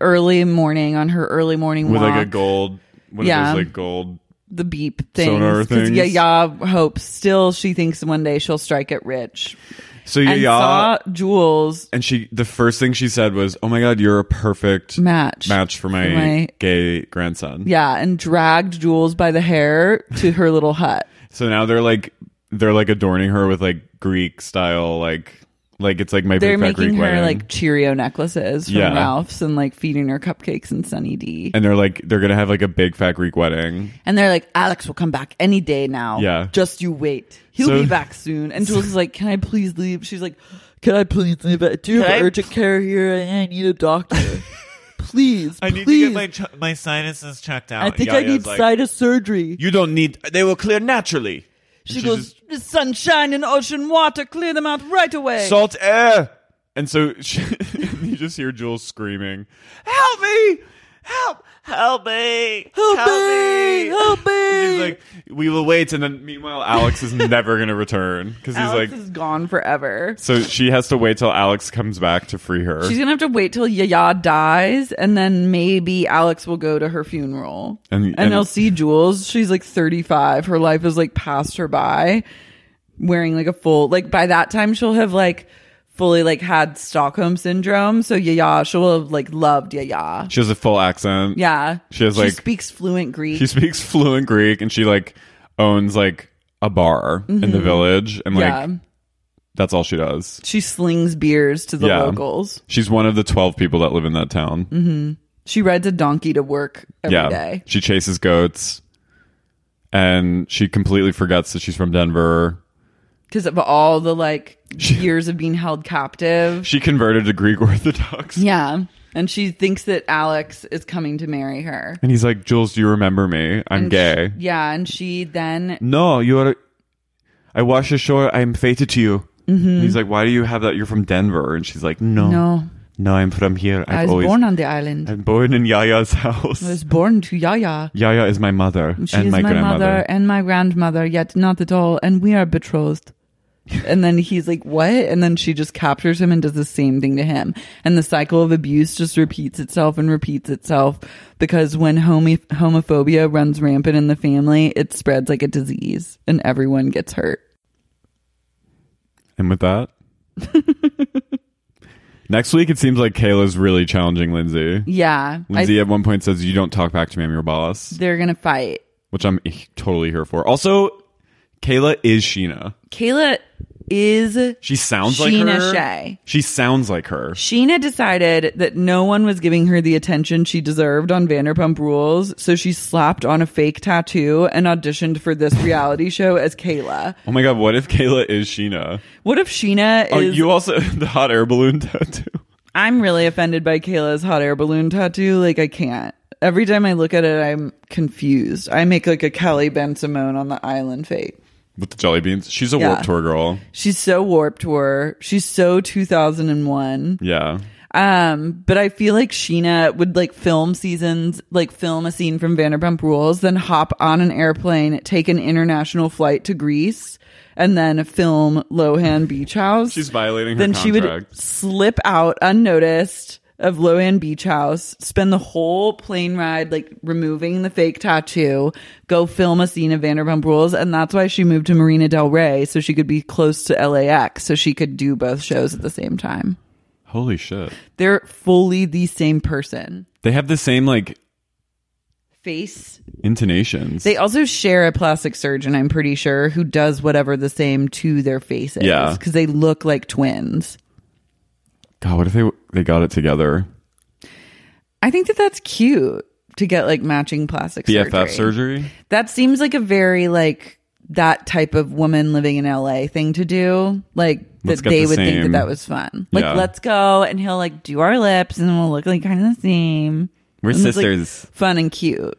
A: early morning on her early morning
C: Mm-hmm. with
A: walk.
C: like a gold one
A: Yeah.
C: of those like gold
A: the beep things.
C: Sonar
A: 'cause
C: things.
A: Yaya hopes still she thinks one day she'll strike it rich.
C: so
A: And
C: yeah
A: saw Jules
C: and she the first thing she said was oh my god you're a perfect
A: match.
C: match for my,
A: my-
C: gay grandson
A: Yeah, and dragged Jules by the hair to her little
C: *laughs*
A: hut.
C: so now they're like they're like adorning her with like greek style like like it's like my
A: They're
C: big fat
A: making
C: greek
A: her
C: wedding
A: like Cheerio necklaces from
C: Yeah.
A: Ralph's and like feeding her cupcakes and Sunny D.
C: and they're like they're gonna have like a big fat greek wedding
A: And they're like, Alex will come back any day now.
C: Yeah.
A: Just you wait. He'll
C: So-
A: be back soon. And Jules is like, Can I please leave? She's like, Can I please leave? I do have urgent care here. I I need a doctor.
C: *laughs*
A: please.
E: I need
A: please.
E: to get my ch- my sinuses checked
C: Uh,
E: out.
A: I think I
E: Yaya's
A: need
E: like,
A: sinus surgery.
E: You don't need. They will clear naturally.
A: she goes, Sunshine and ocean water, clear them out right away.
C: salt air and so *laughs* she, you just hear jules screaming
E: Help me! Help! Help me!
A: help, me! Help me!
C: He's like, we will wait, and then meanwhile,
A: *laughs*
C: Alex is never gonna return because he's like,
A: Alex is gone forever.
C: so she has to wait till Alex comes back to free her.
A: She's gonna have to wait till Yaya dies, and then maybe Alex will go to her funeral,
C: And-
A: and,
C: and-
A: they'll see Jules. She's like thirty five. Her life is like passed her by, wearing like a full like. By that time, she'll have like fully like had Stockholm syndrome. So Yaya, she'll have like loved Yaya.
C: she has a full accent.
A: Yeah,
C: She has, like-
A: speaks fluent Greek.
C: she speaks fluent Greek, and she like owns like a bar in the village, and like
A: Mm-hmm. yeah,
C: that's all she does.
A: she slings beers to the
C: Yeah.
A: locals.
C: She's one of the twelve people that live in that town.
A: She rides a donkey to work Mm-hmm. every day.
C: yeah, she chases goats, and she completely forgets that she's from Denver.
A: because of all the like
C: *laughs*
A: years of being held captive.
C: She converted to Greek *laughs* Orthodox.
A: Yeah. And she thinks that Alex is coming to marry her.
C: And he's like, Jules, do you remember me? I'm gay.
A: Yeah. And she then,
C: No, you are. I wash ashore. I'm fated to you. And he's like, why do you have that? You're from Denver, and she's like, no,
A: Mm-hmm. no,
C: no, I'm from here. I've
A: I was
C: always,
A: born on the island.
C: I'm born in Yaya's house.
A: I was born to Yaya.
C: Yaya is my mother
A: She
C: and
A: is
C: my,
A: my,
C: grandmother.
A: mother and my grandmother, yet not at all. And we are
C: *laughs*
A: betrothed. and then he's like, what? And then she just captures him and does the same thing to him. And the cycle of abuse just repeats itself and repeats itself because when homi- homophobia runs rampant in the family, it spreads like a disease and everyone gets hurt. *laughs*
C: and with that, Next week, it seems like Kayla's really challenging Lindsay.
A: Yeah. I-
C: Lindsay at one point says, You don't talk back to me, I'm your boss,
A: they're going to fight.
C: which I'm eh, totally here for. Also, Kayla is Sheena.
A: Kayla is
C: She sounds like
A: Sheena
C: her.
A: Shea.
C: She sounds like her.
A: Sheena decided that no one was giving her the attention she deserved on Vanderpump Rules, so she slapped on a fake tattoo and auditioned for this reality show as Kayla.
C: Oh my God, what if Kayla is Sheena?
A: What if Sheena
C: Oh,
A: is?
C: you also, *laughs* the hot air balloon tattoo.
A: I'm really offended by Kayla's hot air balloon tattoo. Like I can't. Every time I look at it, I'm confused. I make like a Kelly Ben Simone on the island fake.
C: With the jelly beans. She's a
A: Yeah.
C: warp tour girl.
A: She's so warped tour. She's so 2001.
C: Yeah.
A: Um, but I feel like Sheena would like film seasons, like film a scene from Vanderpump Rules, then hop on an airplane, take an international flight to Greece, and then film Lohan Beach House.
C: She's violating her
A: then she would
C: contract.
A: slip out unnoticed of Lohan Beach House, spend the whole plane ride like removing the fake tattoo, go film a scene of Vanderpump Rules, and that's why she moved to Marina Del Rey so she could be close to LAX so she could do both shows at the same time.
C: Holy shit.
A: They're fully the same person.
C: They have the same, like,
A: Face.
C: intonations.
A: They also share a plastic surgeon, I'm pretty sure, who does whatever the same to their faces.
C: Yeah.
A: Because they look like twins.
C: God, what if they they got it together?
A: I think that that's cute to get like matching plastic
C: BFF surgery.
A: That seems like a very like that type of woman living in LA thing to do. Like
C: Let's
A: that
C: get
A: they
C: the
A: would think
C: same.
A: that that was fun. Like
C: Yeah.
A: let's go and he'll like do our lips and we'll look like kind of the same.
C: We're
A: And it's, like,
C: sisters.
A: fun and cute.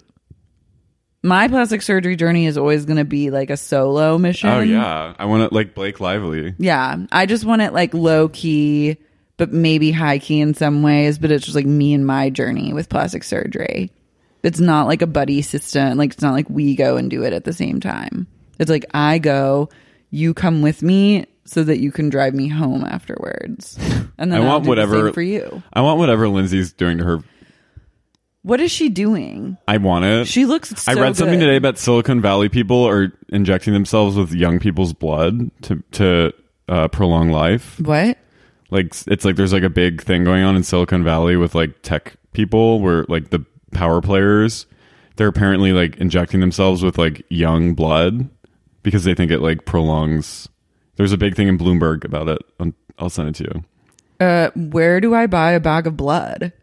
A: My plastic surgery journey is always going to be like a solo mission.
C: Oh yeah, I want to like Blake Lively.
A: Yeah. I just want it like low key, but maybe high key in some ways, but it's just like me and my journey with plastic surgery. It's not like a buddy system. Like, it's not like we go and do it at the same time. It's like I go, you come with me so that you can drive me home
C: *laughs*
A: afterwards. And
C: I
A: then I
C: want whatever
A: for you.
C: I want whatever Lindsay's doing to her.
A: What is she doing?
C: I want it.
A: She looks so
C: I read something
A: good.
C: today about Silicon Valley people are injecting themselves with young people's blood to to uh, prolong life.
A: What?
C: Like it's like there's like a big thing going on in Silicon Valley with like tech people where like the power players they're apparently like injecting themselves with like young blood because they think it like prolongs. There's a big thing in Bloomberg about it. Um, I'll send it to you.
A: Uh, where do I buy a bag of blood?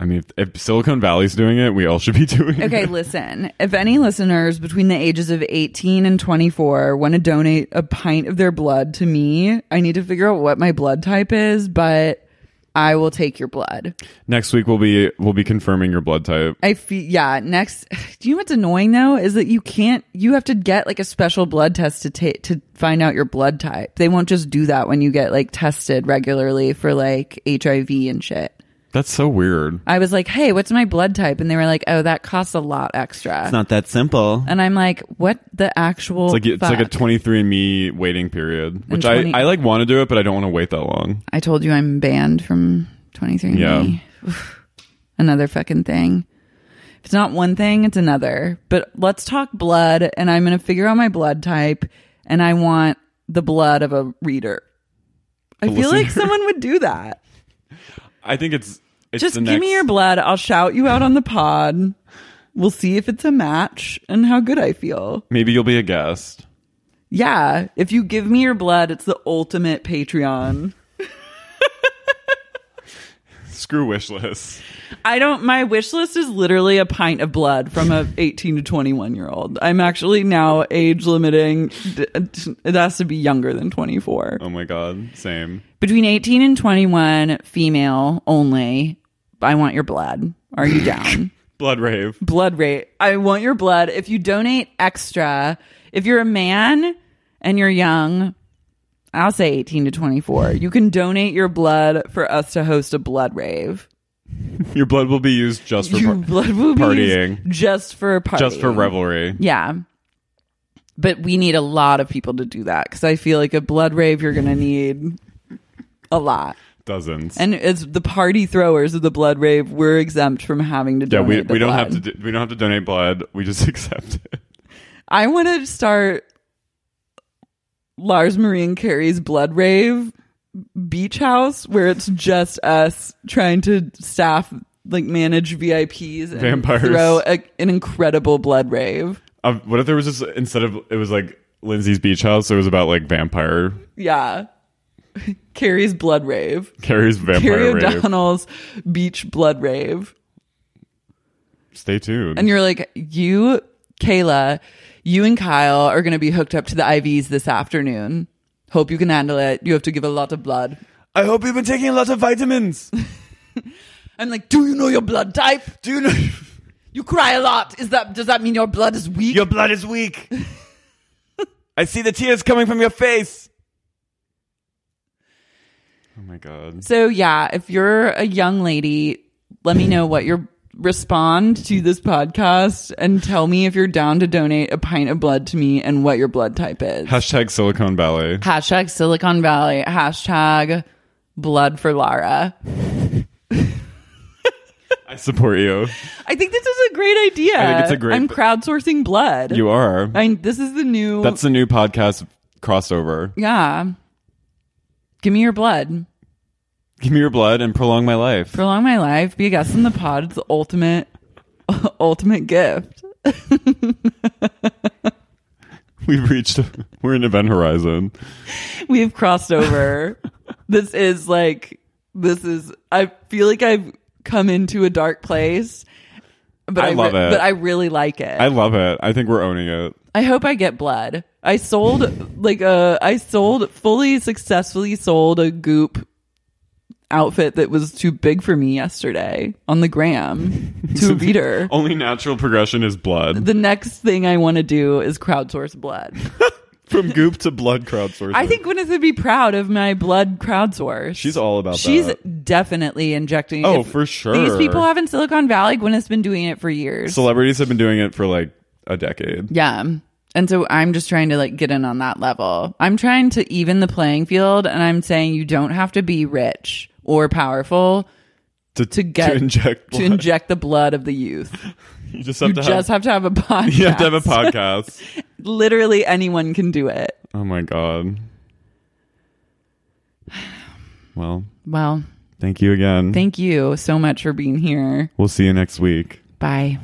C: I mean, if, if Silicon Valley's doing it, we all should be *laughs* doing
A: *laughs*
C: it.
A: Okay, listen. If any listeners between the ages of 18 and 24 want to donate a pint of their blood to me, I need to figure out what my blood type is, but I will take your blood.
C: Next week we'll be we'll be confirming your blood type.
A: I feel yeah. Next, *sighs* do you know what's annoying though is that you can't. You have to get like a special blood test to take to find out your blood type. They won't just do that when you get like tested regularly for like HIV and shit.
C: That's so weird.
A: I was like, hey, what's my blood type? And they were like, oh, that costs a lot extra.
C: not that simple.
A: And I'm like, what the actual?
C: It's like it's like a
A: fuck?
C: 23andMe waiting period, which
A: 20
C: I I like want to do it, but I don't want to wait that long.
A: I told you I'm banned from 23andMe. Another fucking thing. If it's not one thing, it's another. But let's talk blood, and I'm going to figure out my blood type, and I want the blood of a reader. I feel like someone would
C: *laughs*
A: do that.
C: I think it's it's
A: Just
C: the
A: give
C: next,
A: me your blood. I'll shout you out on the pod. We'll see if it's a match and how good I feel.
C: maybe you'll be a guest.
A: Yeah, if you give me your blood, it's the ultimate Patreon.
C: Screw wish lists.
A: I don't. My wish list is literally a pint of blood from a 18 to 21 year old. I'm actually now age limiting. D- d- It has to be younger than 24.
C: Oh my god, same.
A: Between 18 and 21, female only. I want your blood. Are you down?
C: Blood rave.
A: blood rate. I want your blood. If you donate extra, if you're a man and you're young, I'll say 18 to 24. You can donate your blood for us to host a blood rave.
C: Your blood will be used just for
A: You
C: par-
A: blood will be
C: partying.
A: used just for partying.
C: just for revelry.
A: Yeah. But we need a lot of people to do that because I feel like a blood rave, you're going to need a lot.
C: Dozens.
A: And as the party throwers of the blood rave, we're exempt from having to
C: yeah,
A: donate.
C: we,
A: the
C: we don't
A: blood.
C: have to do, we don't have to donate blood. We just *laughs* accept it.
A: I want to start Lars Marie and Carrie's blood rave, beach house where it's just us trying to staff like manage VIPs and
C: Vampires.
A: throw a, an incredible blood rave.
C: Uh, what if there was just instead of it was like Lindsay's beach house, it was about like vampire
A: Yeah. *laughs* Carrie's blood rave.
C: Carrie's vampire
A: Carrie
C: rave.
A: O'Donnell's beach blood rave.
C: Stay tuned.
A: And you're like, you, Kayla, you and Kyle are going to be hooked up to the IVs this afternoon. Hope you can handle it. You have to give a lot of blood.
E: I hope you've been taking a lot
A: *laughs*
E: of vitamins.
A: I'm like, do you know your blood type? Do you know? *laughs* You cry a lot. Is that does that mean your blood is weak?
E: Your blood
A: *laughs*
E: is weak. I see the tears coming from your face.
C: oh my god.
A: So yeah, if you're a young lady, let me know what your respond to this podcast and tell me if you're down to donate a pint of blood to me and what your blood type is.
C: Hashtag Silicon Valley.
A: Hashtag Silicon Valley. Hashtag blood for Lara.
C: I support you.
A: I think this is a great idea.
C: I think it's a great-
A: I'm crowdsourcing blood.
C: You are.
A: I mean, this is the new.
C: That's the new podcast crossover.
A: yeah. Give me your blood.
C: Give me your blood and prolong my life. *laughs*
A: Prolong my life. Be a guest in the pod. It's the ultimate, *laughs* ultimate gift.
C: We've reached we're in event horizon.
A: We've crossed
C: *laughs*
A: over. this is like, this is, I feel like I've come into a dark place. But
C: I love it.
A: But I really like it.
C: I love it. I think we're owning it.
A: I hope I get blood. I sold like a I sold fully successfully sold a goop outfit that was too big for me yesterday on the
C: *laughs*
A: gram to a reader.
C: Only natural progression is blood.
A: *laughs* The next thing I want to do is crowdsource blood.
C: From goop to blood crowdsourcing.
A: I think Gwyneth would be proud of my blood crowdsource.
C: she's all about
A: She's
C: that.
A: definitely injecting.
C: Oh,
A: if
C: for sure.
A: These people have in Silicon Valley. Gwyneth's been doing it for years.
C: Celebrities have been doing it for like a decade.
A: Yeah. And so I'm just trying to like get in on that level. I'm trying to even the playing field and I'm saying you don't have to be rich or powerful
C: To,
A: to get
C: to *laughs* inject blood.
A: to inject the blood of the youth.
C: you just have
A: You
C: to
A: just have
C: have,
A: to have a podcast.
C: *laughs* you have to have a podcast.
A: Literally anyone can do it.
C: oh my god. *sighs* Well,
A: Well,
C: thank you again.
A: thank you so much for being here.
C: we'll see you next week.
A: Bye.